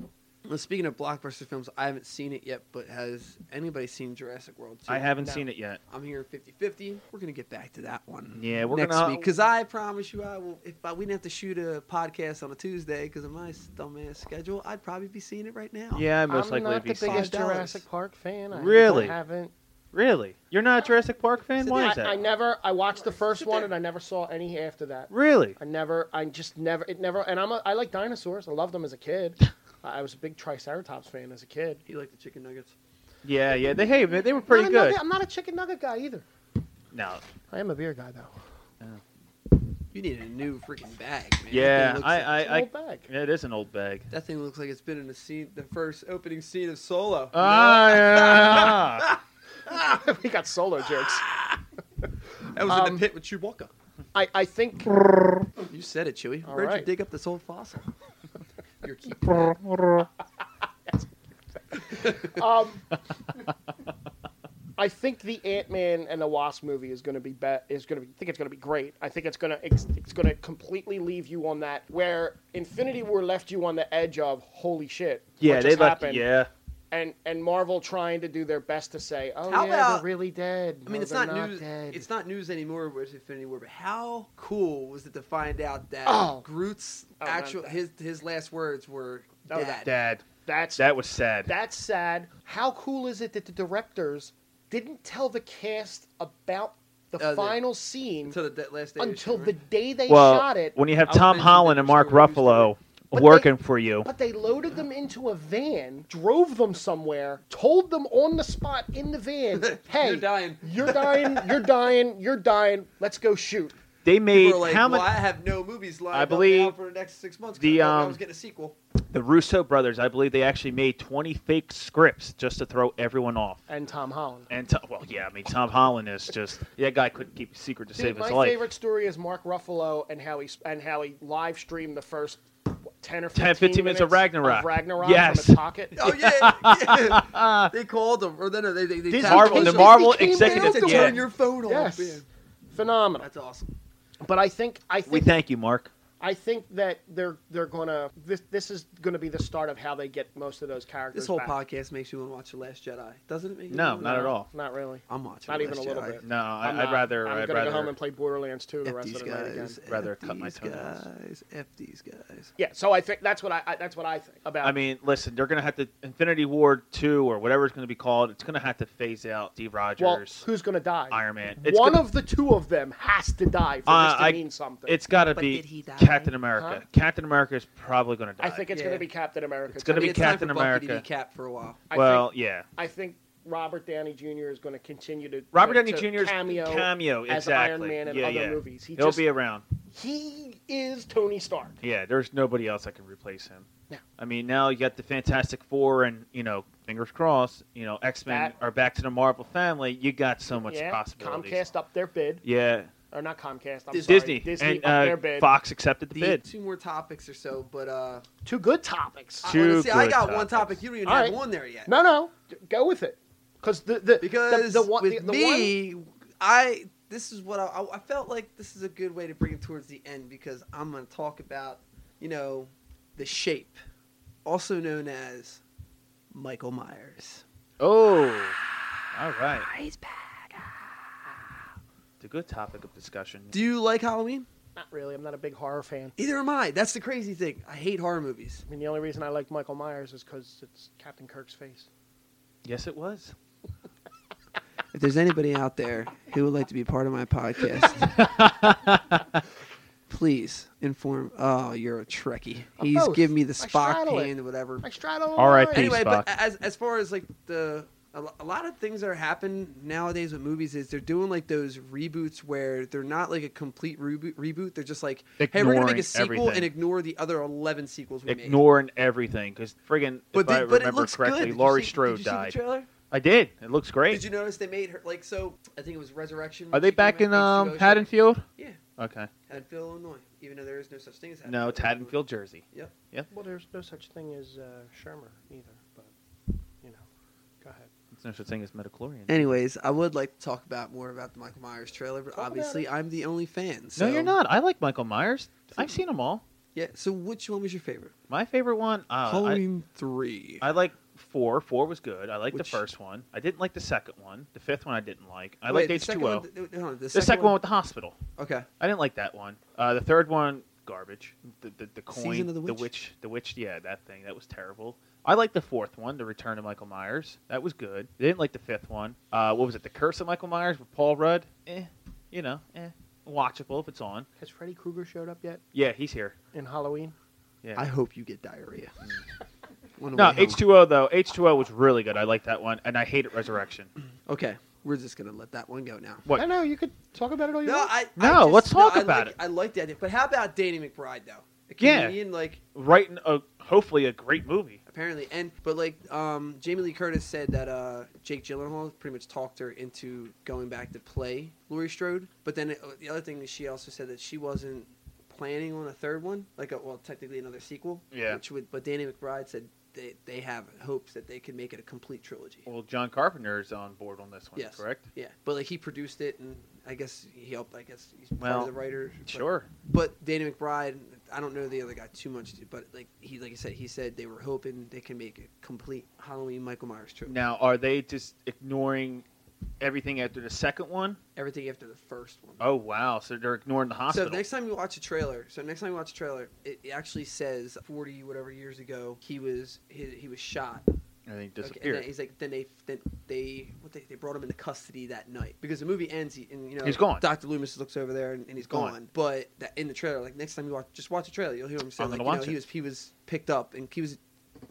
S1: Well, speaking of blockbuster films, I haven't seen it yet, but has anybody seen Jurassic World? 2?
S2: I haven't
S3: no.
S2: seen it yet.
S1: I'm hearing 50-50. We're gonna get back to that one.
S2: Yeah, we're
S1: next
S2: gonna
S1: because I promise you, I will. If I, we didn't have to shoot a podcast on a Tuesday because of my dumbass schedule, I'd probably be seeing it right now.
S2: Yeah, I
S3: I'm
S2: most likely
S3: not
S2: be
S3: the
S2: seeing
S1: biggest
S3: biggest
S2: it.
S1: dollars.
S3: Jurassic Park fan. I
S2: Really?
S3: haven't
S2: Really? You're not a Jurassic Park fan?
S1: Sit
S2: Why
S1: down.
S2: is that?
S3: I, I never. I watched the first
S1: Sit
S3: one,
S1: down.
S3: and I never saw any after that.
S2: Really?
S3: I never. I just never. It never. And I'm. A, I like dinosaurs. I loved them as a kid. <laughs> I I was a big Triceratops fan as a kid.
S1: He liked the chicken nuggets.
S2: Yeah, yeah. They hey, man, they were pretty
S3: Not a
S2: good.
S3: nugget- I'm not a chicken nugget guy either.
S2: No,
S3: I am a beer guy though.
S1: You need a new freaking bag, man. That
S2: yeah,
S1: thing looks
S2: I,
S1: like-
S2: I, I,
S3: It's an old bag.
S2: yeah, it is an old bag.
S1: that thing looks like it's been in the scene, the first opening scene of Solo.
S2: Ah, yeah.
S3: <laughs> we got solo jokes.
S1: that was in
S3: um,
S1: the pit with Chewbacca.
S3: I. I think.
S1: You said it, Chewie.
S3: All
S1: Where'd you
S3: right.
S1: dig up this old
S2: <laughs>
S1: fossil? You're keeping
S3: Um, I think the Ant Man and the Wasp movie is going to be be- is going to be. I think it's going to be great. I think it's going to it's, it's going to completely leave you on that where Infinity War left you on the edge of holy shit. what
S2: <laughs> yeah,
S3: just
S2: they left.
S3: happened?"
S2: Yeah,
S3: and and Marvel trying to do their best to say, oh
S1: How
S3: yeah,
S1: about-
S3: they're really dead.
S1: I mean,
S3: No,
S1: it's
S3: they're
S1: not, news.
S3: Dead.
S1: It's not news anymore with Infinity War. But how cool was it to find out that
S3: Oh.
S1: Groot's
S3: Oh, man,
S1: actual
S3: that-
S1: his his last words were
S3: Oh,
S1: "Dad."
S3: that-
S2: Dad,
S3: that's
S2: that was sad.
S3: that's sad. How cool is it that the directors didn't tell the cast about the
S1: Oh, the-
S3: final scene
S1: until the that last day. of
S3: until
S1: shooting,
S3: the
S1: right?
S3: day they
S2: well,
S3: shot it?
S2: when you have
S1: I was
S2: Tom
S1: thinking
S2: Holland
S1: that
S2: and
S1: you
S2: Mark
S1: were used to
S2: Ruffalo
S3: But they-
S2: working for you,
S3: But they loaded them into a van, drove them somewhere, told them on the spot in the van,
S1: <laughs>
S3: "Hey,
S1: You're dying."
S3: you're dying, you're dying, you're dying. Let's go shoot."
S2: they
S1: People
S2: made
S1: were like,
S2: how
S1: well,
S2: many?
S1: I have no movies lined
S2: I
S1: up now
S2: believe
S1: for the next six months. 'cause
S2: the,
S1: I, thought I
S2: um,
S1: was getting a
S2: <laughs>
S1: sequel.
S2: The Russo brothers, I believe, they actually made 20 fake scripts just to throw everyone off.
S3: And Tom Holland.
S2: And Tom, well, yeah, I mean, Tom Holland is just that guy couldn't keep a secret to
S3: Dude,
S2: save his
S3: my
S2: life.
S3: favorite story is Mark Ruffalo and how he and how he live streamed the first what, ten or 15,
S2: 10, 15 minutes of Ragnarok.
S3: Ragnarok
S2: Yes.
S3: from his pocket.
S1: <laughs> Oh yeah, <laughs> yeah. they called them, or then they they, they
S3: Disney
S1: tapped
S2: Marvel,
S1: them.
S2: the
S3: Disney
S2: Marvel
S3: came
S1: They
S2: executive.
S3: down
S1: said,
S3: to
S2: Yeah.
S1: turn your phone off.
S3: Yes,
S1: man.
S3: phenomenal.
S1: that's awesome.
S3: But I think I
S2: We
S3: think
S2: thank you, Mark.
S3: I think that they're they're gonna this this is gonna be the start of how they get most of those characters.
S1: This whole
S3: back.
S1: podcast makes you want to watch The Last Jedi, doesn't it? Make you
S2: No,
S1: wanna-
S2: not at all.
S3: Not really.
S1: I'm watching.
S3: Not
S1: The
S3: even
S1: Last
S3: a little
S1: Jedi.
S3: bit.
S2: No, I,
S3: I'm
S2: I'd
S3: not-
S2: rather.
S3: I'm
S2: I'd
S3: gonna
S2: rather,
S3: go home and play Borderlands 2 the
S1: F
S3: rest
S1: these
S3: of the night again.
S1: guys.
S2: Rather
S1: F
S2: cut my
S1: these
S2: toenails.
S1: guys. F these guys.
S3: Yeah, so I think that's what I, I that's what I think about.
S2: I mean, listen, they're gonna have to Infinity War two or whatever it's gonna be called. It's gonna have to phase out Steve
S3: well,
S2: Rogers,
S3: who's gonna die?
S2: Iron Man. It's
S3: One
S2: gonna,
S3: of the two of them has to die for
S2: Uh,
S3: this to
S2: I-
S3: mean something.
S2: it's got to
S1: But did he
S2: be
S1: die?
S2: Captain America.
S3: Huh?
S2: Captain America is probably gonna die.
S3: I think it's
S1: Yeah.
S3: going to be Captain America.
S2: It's
S3: too.
S2: gonna be
S1: it's time
S2: Captain
S1: for Bucky
S2: America.
S1: to be Cap for a while.
S3: I
S2: well,
S3: think,
S2: yeah.
S3: I think Robert Downey Jr. is going to continue to
S2: Robert
S3: to-
S2: Downey
S3: to
S2: Jr.'s
S3: cameo,
S2: cameo
S3: as
S2: exactly.
S3: Iron Man in
S2: yeah,
S3: other
S2: yeah.
S3: movies. He
S2: He'll
S3: just
S2: be around.
S3: he is Tony Stark.
S2: Yeah, there's nobody else that can replace him.
S3: No.
S2: I mean, now you got the Fantastic Four, and you know, fingers crossed, you know, X Men
S3: That-
S2: are back to the Marvel family. You got so much
S3: yeah,
S2: possibilities.
S3: Comcast up their bid,
S2: Yeah,
S3: or not Comcast? I'm
S1: Disney.
S3: sorry,
S2: Disney,
S3: Disney
S2: and
S3: up
S2: uh,
S3: their bid.
S2: Fox accepted the
S1: The
S2: bid.
S1: two more topics or so, but uh,
S3: Two good topics.
S1: I-
S2: Two
S1: honestly, I
S2: good
S1: got one
S2: topics.
S1: topic. You don't even
S3: All
S1: have
S3: right.
S1: one there yet.
S3: no, no, d- go with it. Because the, the
S1: because
S3: the, the one
S1: with
S3: the, the
S1: me, I this is what I, I, I felt like. This is a good way to bring it towards the end because I'm going to talk about, you know, the shape, also known as Michael Myers.
S2: Oh, all right.
S1: He's back.
S2: It's a good topic of discussion.
S1: Do you like Halloween?
S3: Not really. I'm not a big horror fan.
S1: Either am I. That's the crazy thing. I hate horror movies.
S3: I mean, the only reason I like Michael Myers is because it's Captain Kirk's face.
S2: yes, it was.
S1: If there's anybody out there who would like to be part of my <laughs> podcast, please inform. Oh, you're a Trekkie.
S3: I'm
S1: He's
S3: both.
S1: giving me the
S3: I
S1: Spock
S3: straddle it.
S1: hand, whatever.
S3: I straddle. the
S2: R.I.P..
S3: line.
S1: Anyway, but
S2: Spock.
S1: as as far as like the a lo- a lot of things that are happening nowadays with movies is they're doing like those reboots where they're not like a complete reboot. Reboot. They're just like, hey, we're gonna make
S2: Ignoring
S1: a sequel
S2: everything.
S1: and ignore the other eleven sequels we made.
S2: Ignoring everything because friggin' if
S1: But, they-
S2: I
S1: but it
S2: remember
S1: looks good.
S2: correctly,
S1: Did you
S2: Laurie
S1: see-
S2: Strode
S1: did you see the
S2: died.
S1: trailer?
S2: I did. It looks great.
S1: Did you notice they made her like so? I think it was Resurrection.
S2: Are they
S1: she came
S2: back
S1: out
S2: in
S1: on
S2: um,
S1: HBO show.
S2: Haddonfield?
S1: Yeah,
S2: Okay.
S1: Haddonfield, Illinois. Even though there is no such thing as Haddonfield.
S2: No, it's Haddonfield, Jersey.
S1: Yep.
S3: Well, there's no such thing as uh, Shermer either, but you know, go ahead.
S2: It's no such thing as Metachlorian.
S1: Anyways, I would like to talk about more about the Michael Myers trailer, but
S3: Talk about
S1: obviously I'm the only fan. So.
S2: No, you're not. I like Michael Myers. I've seen them all.
S1: Yeah. So which one was your favorite?
S2: My favorite one. Uh, I,
S1: Halloween three.
S2: I like four. Four was good. I liked
S1: Which-
S2: the first one. I didn't like the second one. The fifth one I didn't like. I
S1: Wait,
S2: liked
S1: the
S2: H
S1: second
S2: two O.
S1: one-
S2: The
S1: th- th- hold on, The
S2: second one with the hospital.
S1: Okay.
S2: I didn't like that one. Uh, the third one, garbage. The the, the coin,
S1: Season of the
S2: the
S1: Witch?
S2: witch, the witch. Yeah, that thing that was terrible. I liked the fourth one, the Return of Michael Myers. That was good. They didn't like the fifth one. Uh, what was it? The Curse of Michael Myers with Paul Rudd. Eh, you know, eh, watchable if it's on.
S3: Has Freddy Krueger showed up yet
S2: Yeah, he's here.
S3: in Halloween?
S2: Yeah.
S1: I hope you get <laughs> diarrhea. On the
S2: no,
S1: way home.
S2: H two O though. H two O was really good. I liked that one, and I
S1: <clears throat>
S2: hated Resurrection.
S1: Okay, we're just gonna let that one go now.
S2: What?
S3: No, no, you could talk about it all you
S1: No,
S3: want.
S1: I.
S2: No,
S1: I just-
S2: let's
S1: no,
S2: talk
S1: I
S2: about
S1: like,
S2: it.
S1: I like that, but how about Danny McBride though? A
S2: Yeah.
S1: comedian, like
S2: Right, in a, hopefully a great movie.
S1: apparently, and but like um, Jamie Lee Curtis said that uh, Jake Gyllenhaal pretty much talked her into going back to play Laurie Strode. But then uh, the other thing is she also said that she wasn't planning on a third one, like a, well, technically another sequel.
S2: Yeah.
S1: Which would, but Danny McBride said they they have hopes that they can make it a complete trilogy.
S2: Well, John Carpenter's on board on this one,
S1: Yes.
S2: correct?
S1: Yeah, but like he produced it, and I guess he helped. I guess he's part
S2: Well,
S1: of the writer. but-
S2: Sure.
S1: But Danny McBride, I don't know the other guy too much, but like he, like I said, he said they were hoping they can make a complete Halloween Michael Myers trilogy.
S2: Now, are they just ignoring everything after the second one?
S1: Everything after the first one.
S2: Oh wow! So they're ignoring the
S1: so
S2: hospital.
S1: next time you watch a trailer, so next time you watch a trailer, it, it actually says forty whatever years ago he was he, he was shot.
S2: and they
S1: Okay,
S2: disappeared.
S1: and then he's like then they then they what they, they brought him into custody that night because the movie ends he, and you know
S2: He's gone.
S1: Doctor Loomis looks over there and, and he's gone.
S2: Gone.
S1: But that in the trailer, like next time you watch, just watch the trailer. You'll hear him say
S2: I'm
S1: like you
S2: gonna
S1: know,
S2: watch
S1: he
S2: it.
S1: was he was picked up and he was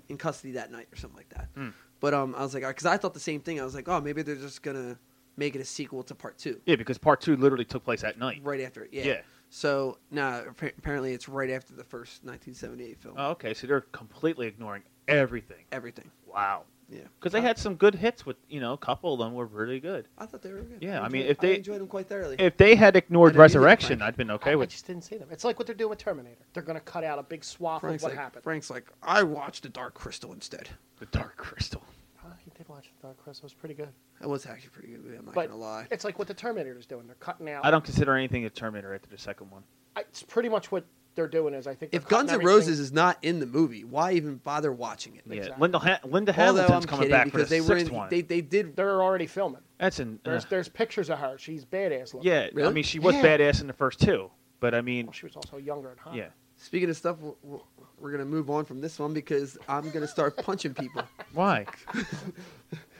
S1: in custody that night or something like that.
S2: Hmm.
S1: But um, I was like, because I thought the same thing. I was like, oh, maybe they're just gonna make it a sequel to part two
S2: yeah, because part two literally took place at night.
S1: right after it. Yeah.
S2: Yeah.
S1: So nah, appa- apparently it's right after the first 1978 film.
S2: Oh, okay, so they're completely ignoring everything.
S1: Everything.
S2: Wow.
S1: Yeah.
S2: Because they had some good hits with you know a couple of them were really good.
S1: I thought they were good.
S2: Yeah, I
S1: enjoyed-
S2: mean, if they-
S1: enjoyed them quite thoroughly.
S2: If they had ignored
S1: And then you didn't
S2: Resurrection,
S1: like
S2: I'd been okay
S3: I, I
S2: with.
S3: just didn't see them. It's like what they're doing with Terminator. They're going to cut out a big swath
S1: Frank's
S3: of what
S1: like,
S3: happened.
S1: Frank's like, I watched The Dark Crystal instead.
S2: The Dark Crystal.
S1: <laughs>
S3: Oh, he did watch The Dark Crystal. It was pretty good.
S1: That was actually a pretty good movie. I'm not
S3: But-
S1: gonna lie.
S3: It's like what the Terminator is doing. They're cutting out.
S2: I don't consider anything a Terminator after the second one.
S3: I- It's pretty much what they're doing. Is I think they're
S1: If
S3: cutting
S1: Guns N'
S3: everything-
S1: Roses is not in the movie, why even bother watching it?
S2: Yeah,
S3: Exactly.
S2: Linda ha- Linda
S1: Although
S2: Hamilton's
S1: I'm
S2: coming
S1: kidding
S2: back for the
S1: because they were
S2: sixth
S1: in,
S2: one.
S1: they they did.
S3: they're already filming.
S2: That's an uh,
S3: There's there's pictures of her. She's badass looking.
S2: yeah. I
S1: Really? Oh,
S2: mean, she was
S3: Yeah.
S2: badass in the first two, but I mean,
S3: Well, she was also younger and hot.
S2: yeah.
S1: Speaking of stuff, we're- we're, we're gonna move on from this one because I'm gonna start punching people.
S2: <laughs> Why?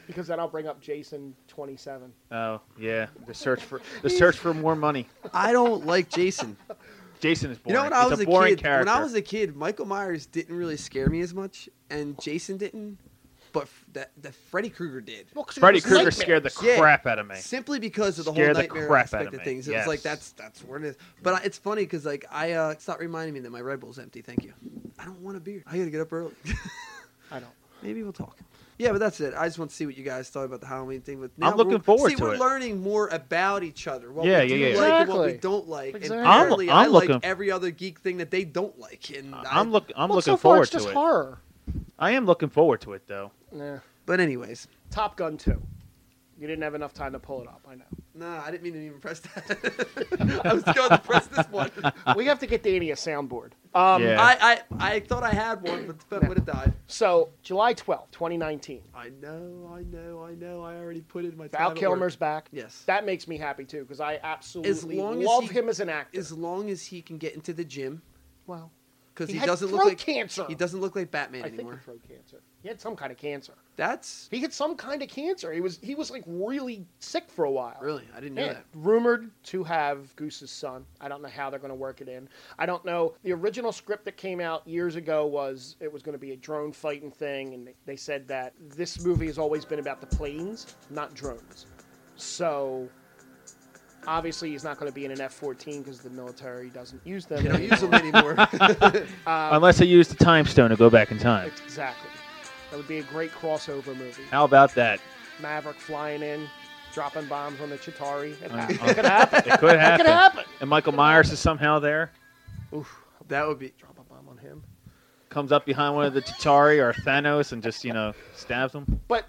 S3: Because then I'll bring up Jason 27.
S2: Oh yeah, the search for the search for more money.
S1: I don't like Jason.
S2: Jason is
S1: You
S2: boring.
S1: know, when I
S2: He's
S1: was
S2: a
S1: a,
S2: boring
S1: kid,
S2: character.
S1: when I was a kid, Michael Myers didn't really scare me as much, and Jason didn't, but f- that the Freddy Krueger did.
S3: Well, 'cause it
S2: Freddy
S3: was
S2: Krueger
S3: nightmares.
S2: scared the
S1: Yeah.
S2: crap out of me.
S1: Simply because of the
S2: Scare
S1: whole
S2: the
S1: nightmare
S2: crap out
S1: aspect
S2: of
S1: of
S2: me,
S1: things. It
S2: yes.
S1: was like that's that's where it is. But I, it's funny because like I uh, stop reminding me that my Red Bull's empty. Thank you. I don't want a beer. I gotta get up early. <laughs>
S3: I don't.
S1: Maybe we'll talk. Yeah, but that's it. I just want to see what you guys thought about the Halloween thing. But now
S2: I'm looking
S1: we're-
S2: forward
S1: see,
S2: to
S1: we're
S2: it.
S1: learning more about each other. What
S2: Yeah,
S1: we do
S2: yeah, yeah,
S1: like
S3: yeah.
S1: and what we
S3: Exactly.
S1: don't like.
S3: Exactly.
S1: And
S3: I'm-
S1: apparently, i
S2: I'm
S1: like
S2: looking- Uh,
S1: every other geek thing that they don't like. And I,
S2: I'm look. I'm
S3: Well,
S2: looking
S3: so far,
S2: forward
S3: it's just
S2: to it.
S3: horror.
S2: I am looking forward to it though.
S3: Nah.
S1: But anyways,
S3: Top Gun 2. You didn't have enough time to pull it up. I know.
S2: <laughs>
S1: Nah, I didn't mean to even press that. <laughs> I was going to press this one.
S3: we have to get Danny a soundboard. Um,
S2: Yeah.
S1: I, I I thought I had one, but the would have died.
S3: So July twelfth, 2019.
S1: I know, I know, I know. I already put in my time.
S3: Val
S1: at
S3: Kilmer's
S1: work.
S3: back.
S1: Yes.
S3: That makes me happy too because I absolutely
S1: long as
S3: love
S1: he-
S3: him as an actor.
S1: as long as he can get into the gym
S3: well,
S1: because
S3: He
S1: he,
S3: had
S1: doesn't
S3: throat
S1: look like
S3: cancer.
S1: He doesn't look like Batman
S3: I think he
S1: anymore.
S3: throat cancer. He had some kind of cancer.
S1: That's
S3: He had some kind of cancer. He was he was like really sick for a while.
S1: really I didn't know
S3: Yeah,
S1: that.
S3: rumored to have Goose's son. I don't know how they're going to work it in. I don't know. The original script that came out years ago was it was going to be a drone fighting thing, and they- they said that this movie has always been about the planes, not drones. So obviously, he's not going to be in an F-14 because the military doesn't use them. <laughs>
S1: You don't
S3: anymore.
S1: use them anymore.
S2: Uh, Unless they use the time stone to go back in time.
S3: Exactly. That would be a great crossover movie.
S2: How about that?
S3: Maverick flying in, dropping bombs on the Chitari. It,
S2: Uh,
S3: hap-
S2: uh,
S3: it could happen.
S2: It could
S3: It
S2: happen.
S3: could happen.
S2: And Michael Myers is somehow there.
S3: Oof,
S1: that would be
S3: drop a bomb on him.
S2: Comes up behind one of the Tatari or Thanos and just you know stabs him.
S3: But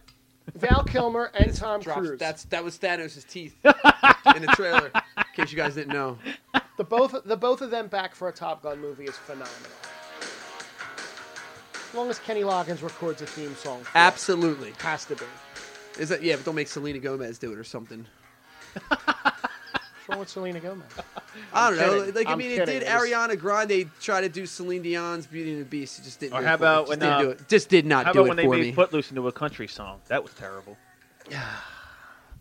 S3: Val Kilmer and Tom
S1: drops.
S3: Cruise.
S1: That's that was Thanos'
S3: <laughs>
S1: teeth in the trailer. In case you guys didn't know,
S3: the both the both of them back for a Top Gun movie is phenomenal. As long as Kenny Loggins records a theme song, for it,
S1: absolutely.
S3: has to be.
S1: Is that yeah? But don't make Selena Gomez do it or something.
S3: What's wrong with Selena Gomez?
S1: I don't know.
S3: kidding.
S1: Like I
S3: I'm
S1: mean, it
S3: kidding.
S1: did
S3: I just-
S1: Ariana Grande try to do Celine Dion's Beauty and the Beast. It just didn't.
S2: Or
S1: do
S2: how
S1: it for me.
S2: about
S1: Just
S2: when,
S1: didn't
S2: uh,
S1: do it. just did not
S2: How
S1: do
S2: about
S1: it
S2: when they
S1: for
S2: made
S1: me.
S2: Footloose into a country song? That was terrible.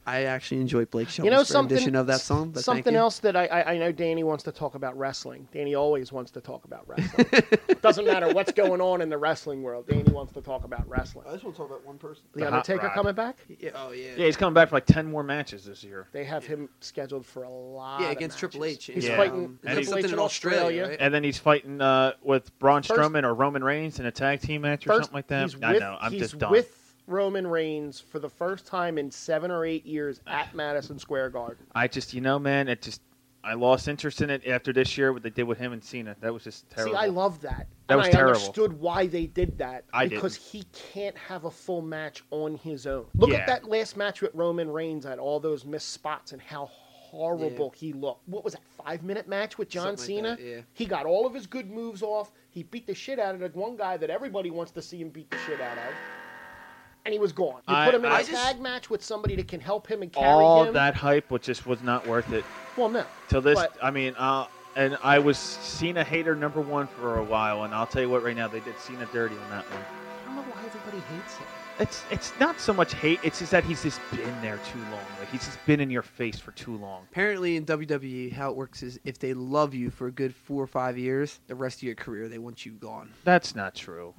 S1: I actually enjoyed Blake Shelton's
S3: you know something
S1: rendition of that song. But
S3: something
S1: thank you.
S3: else that I, I I know Danny wants to talk about wrestling. Danny always wants to talk about wrestling.
S1: <laughs>
S3: Doesn't matter what's going on in the wrestling world. Danny wants to talk about wrestling.
S1: just want to talk about one person.
S3: The,
S2: The hot
S3: Undertaker
S2: rod.
S3: coming back.
S1: Yeah, oh yeah.
S2: Yeah, he's coming back for like ten more matches this year.
S3: They have him scheduled for a lot.
S1: Yeah,
S3: of
S1: against Triple
S3: matches.
S1: H. in,
S3: He's
S2: Yeah.
S3: fighting
S1: um,
S2: And he's-
S3: Triple H
S1: something
S3: in Australia.
S1: right?
S2: And then he's fighting uh, with Braun
S3: First-
S2: Strowman or Roman Reigns in a tag team match or
S3: First-
S2: something like that.
S3: He's
S2: I
S3: with,
S2: know. I'm
S3: he's
S2: just done.
S3: with Roman Reigns for the first time in seven or eight years at Madison Square Garden.
S2: I just, you know, man, it just, I lost interest in it after this year. What they did with him and Cena, that was just terrible.
S3: See, I love that.
S2: That
S3: and
S2: was
S3: I
S2: terrible.
S3: understood why they did that
S2: I
S3: because he can't have a full match on his own. Look
S2: Yeah.
S3: at that last match with Roman Reigns at all those missed spots and how horrible he looked. What was that five minute match with John
S1: Something
S3: Cena?
S1: like that, yeah.
S3: He got all of his good moves off. He beat the shit out of the one guy that everybody wants to see him beat the shit out of. And he was gone. You
S2: I-
S3: put him in a
S2: I
S1: just-
S3: tag match with somebody that can help him and carry
S2: all
S3: him.
S2: that hype, was just was not worth it.
S3: Well, no.
S2: Till this,
S3: But-
S2: I mean, uh, and I was Cena hater number one for a while, and I'll tell you what, right now they did Cena dirty on that one.
S3: I don't know why everybody hates him.
S2: It's it's not so much hate; it's just that he's just been there too long. Like he's just been in your face for too long.
S1: Apparently, in WWE, how it works is if they love you for a good four or five years, the rest of your career they want you gone.
S2: That's not true.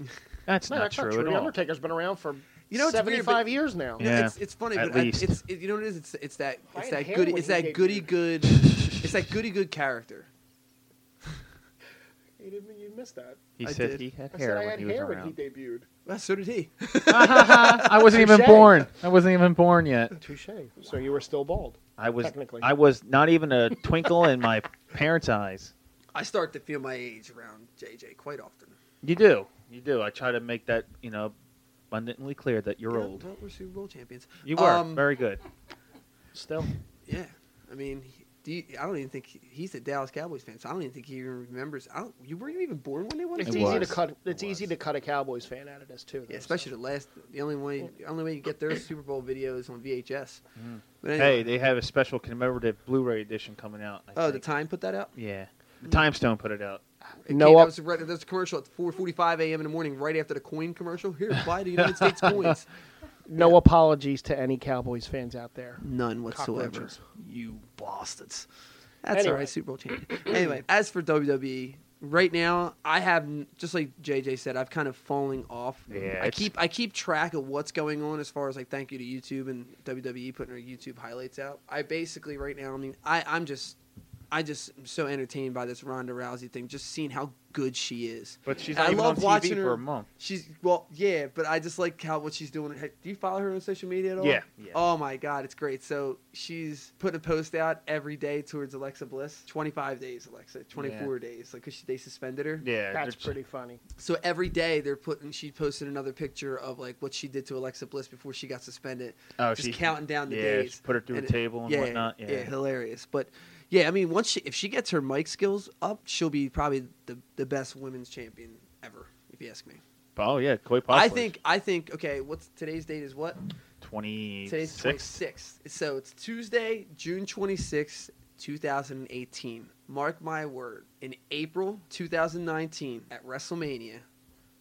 S2: That's
S3: No,
S2: not,
S3: that's
S2: true
S3: not true.
S2: at
S3: The
S2: all.
S3: Undertaker's been around for
S1: You know, it's weird,
S3: 75
S1: but-
S3: years now.
S1: You know,
S2: Yeah.
S1: it's, it's funny,
S2: At
S1: but I-
S2: least.
S1: it's it, you know what it is. It's it's that it's
S3: Brian
S1: that
S3: Hale
S1: goody
S3: when
S1: it's
S3: he
S1: that
S3: debuted.
S1: goody good it's that goody good character.
S3: You, didn't, you missed that.
S2: He
S1: I
S2: said
S1: did.
S2: he had
S3: I
S2: hair
S3: said I
S2: when
S3: had
S2: he was
S3: hair when
S2: around.
S3: he debuted.
S1: Well, so did
S3: <laughs>
S1: he.
S2: <laughs> I wasn't even
S3: Touche.
S2: born. I wasn't even born yet.
S3: Touche. So you were still bald.
S2: I was
S3: Technically.
S2: I was not even a twinkle in my parents' eyes.
S1: I start to feel my age around JJ quite often.
S2: You do. You do. I try to make that, you know, abundantly clear that you're
S1: You know,
S2: old.
S1: well, we're Super Bowl champions.
S2: You were
S1: Um,
S2: very good.
S3: Still.
S1: Yeah, I mean, he- do you, I don't even think he- he's a Dallas Cowboys fan, so I don't even think he even remembers. I don't. You weren't even born when they won. the
S3: It's
S2: It
S1: Super
S3: easy
S1: Bowl?
S2: was.
S3: to cut. It's
S2: It
S3: easy
S2: was.
S3: to cut a Cowboys fan out of this too.
S1: Yeah,
S3: though,
S1: especially
S3: so.
S1: the last. The only way, the only way you get their Super Bowl video is on VHS. But
S2: Mm. Hey, they have a special commemorative Blu-ray edition coming out. I
S1: oh, the
S2: think.
S1: time put that out.
S2: Yeah, the Time Stone put it out.
S1: It
S3: No
S1: came,
S3: up-
S1: that was right, that was a commercial at 4:45 a.m. in the morning, right after the coin commercial. Here, buy the United
S2: <laughs>
S1: States coins.
S3: no apologies to any Cowboys fans out there.
S1: None whatsoever.
S3: Cockroaches.
S1: You bastards. That's all
S3: Anyway.
S1: right, Super Bowl champion. anyway, as for WWE, right now I have n- just like JJ said, I've kind of falling off.
S2: Yeah,
S1: I
S2: it's-
S1: keep I keep track of what's going on as far as like thank you E to YouTube and WWE putting their YouTube highlights out. I basically right now, I mean, I I'm just I just am so entertained by this Ronda Rousey thing. Just seeing how good she is.
S2: But she's
S1: I
S2: not even
S1: love
S2: on TV
S1: watching
S2: for
S1: her-
S2: a month.
S1: She's well, yeah, but I just like how what she's doing. Heck, Do you follow her on social media at all?
S2: Yeah, yeah.
S1: Oh my God, it's great. So she's putting a post out every day towards Alexa Bliss. Twenty-five days, Alexa. Twenty-four days, like 'cause she they suspended her.
S2: Yeah,
S3: That's
S2: they're-
S3: pretty funny.
S1: So every day they're putting. She posted another picture of like what she did to Alexa Bliss before she got suspended.
S2: Oh,
S1: just
S2: she-
S1: counting down the
S2: yeah,
S1: days.
S2: she put her through a
S1: And it-
S2: table and
S1: yeah,
S2: whatnot. Yeah.
S1: hilarious. But yeah, I mean, once she, if she gets her mic skills up, she'll be probably the the best women's champion ever, if you ask me.
S2: Oh yeah, quite possibly.
S1: I think I think okay. What's today's date? Is what
S2: twenty
S1: today's twenty
S2: six.
S1: sixth. So it's Tuesday, June twenty sixth, two thousand and eighteen. Mark my word. In April two thousand nineteen, at WrestleMania,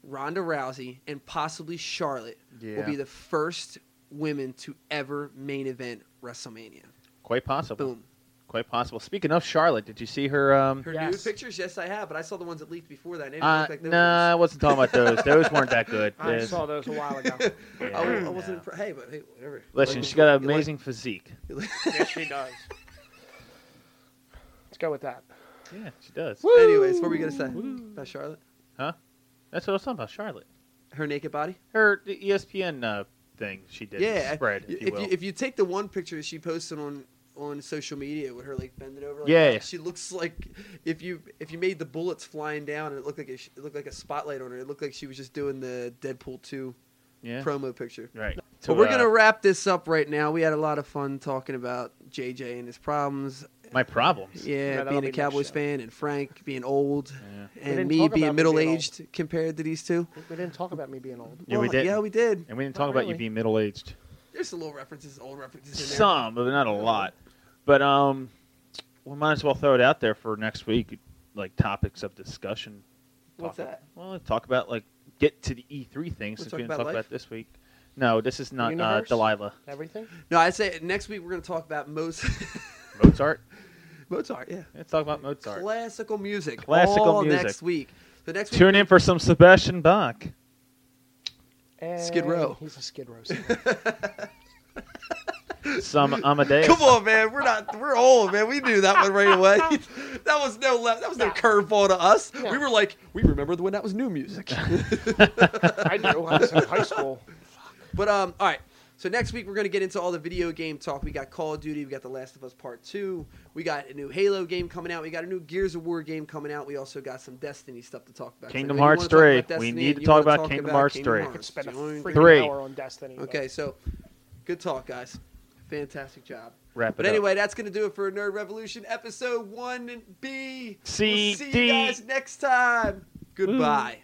S1: Ronda Rousey and possibly Charlotte will
S2: Yeah.
S1: be the first women to ever main event WrestleMania.
S2: Quite possible.
S1: Boom.
S2: Quite possible. Speaking of Charlotte, did you see her? Um,
S1: Her
S3: Yes.
S1: nude pictures, yes, I have, but I saw the ones that leaked before that. and It didn't
S2: uh,
S1: look like those
S2: nah, I wasn't talking about those. Those weren't that good.
S3: I
S2: Yes.
S3: saw those a while
S1: <laughs>
S3: ago.
S1: ones.
S2: Yeah,
S1: I, wa- I
S2: no.
S1: wasn't. impre- hey, but hey, whatever.
S2: Listen,
S1: Like-
S2: she's got an
S1: like-
S2: amazing physique.
S3: yes, she does. Let's go with that.
S2: Yeah, she does.
S1: Anyways, what were we gonna say about Charlotte?
S2: That's what I was talking about, Charlotte.
S1: Her naked body.
S2: Her the ESPN uh, thing she did.
S1: yeah,
S2: spread,
S1: I-
S2: if you
S1: if,
S2: will.
S1: you, if you take the one picture that she posted on on social media with her like bending over, like
S2: Yeah,
S1: that,
S2: yeah.
S1: she looks like if you if you made the bullets flying down and it looked like a, sh- it looked like a spotlight on her, it looked like she was just doing the Deadpool two
S2: yeah.
S1: promo picture.
S2: right.
S1: So
S2: So,
S1: we're
S2: uh,
S1: gonna wrap this up right now. We had a lot of fun talking about JJ and his problems.
S2: my problems.
S1: Yeah,
S3: that'll
S1: being
S3: be
S1: a
S3: next
S1: Cowboys
S3: show.
S1: fan and Frank being old
S2: Yeah.
S1: and
S3: didn't
S1: me
S3: talk about me
S1: being
S3: being
S1: middle aged compared to these two.
S3: We didn't talk about me being old.
S2: Yeah, we
S1: Well,
S2: did.
S1: Yeah, we did.
S2: And we didn't
S3: Not
S2: talk about you
S3: really.
S2: being middle aged.
S1: There's some little references, old references in there.
S2: Some, but not a lot. But um, we might as well throw it out there for next week, like topics of discussion.
S1: What's
S2: Talk-
S1: that?
S2: Well, let's talk about like get to the E3 thing since
S1: talk
S2: we didn't
S1: about
S2: talk
S1: life?
S2: about this week. No, this is not uh,
S3: Universe?
S2: Delilah.
S3: Everything?
S1: No, I'd say next week we're gonna talk about most
S2: Mozart.
S1: <laughs> Mozart. Yeah,
S2: Let's talk about Mozart.
S1: classical music.
S2: Classical
S1: all
S2: music.
S1: next week. So next week.
S2: Tune in for some Sebastian Bach.
S1: Skid
S3: And
S1: Row.
S3: He's a Skid Row. singer.
S1: <laughs>
S2: Some Amadeus.
S1: Come on, man. We're not. We're old, man. We knew that one right
S3: <laughs>
S1: away. <laughs> that was no. le- That was no curveball to us. We were like, we remembered when that was new
S2: <laughs>
S1: music. <laughs>
S3: I knew. I was in high school.
S1: But um, all right. So next week we're gonna get into all the video game talk. We got Call of Duty. We got The Last of Us Part Two. We got a new Halo game coming out. We got a new Gears of War game coming out. We also got some Destiny stuff to talk about. 'Cause I
S2: Kingdom
S1: know you wanna
S2: Hearts
S1: talk about
S2: 3.
S1: Destiny
S2: We need
S1: and
S2: to
S1: you
S2: talk
S1: wanna
S2: about Kingdom Hearts 3.
S3: I could spend a
S1: Do you wanna-
S3: freaking
S2: Three.
S3: hour on Destiny. but
S1: Okay, so good talk, guys. Fantastic job.
S2: Wrap it
S1: But
S2: up.
S1: anyway, that's gonna do it for Nerd Revolution episode one B.
S2: C,
S1: we'll see
S2: D.
S1: you guys next time. Goodbye.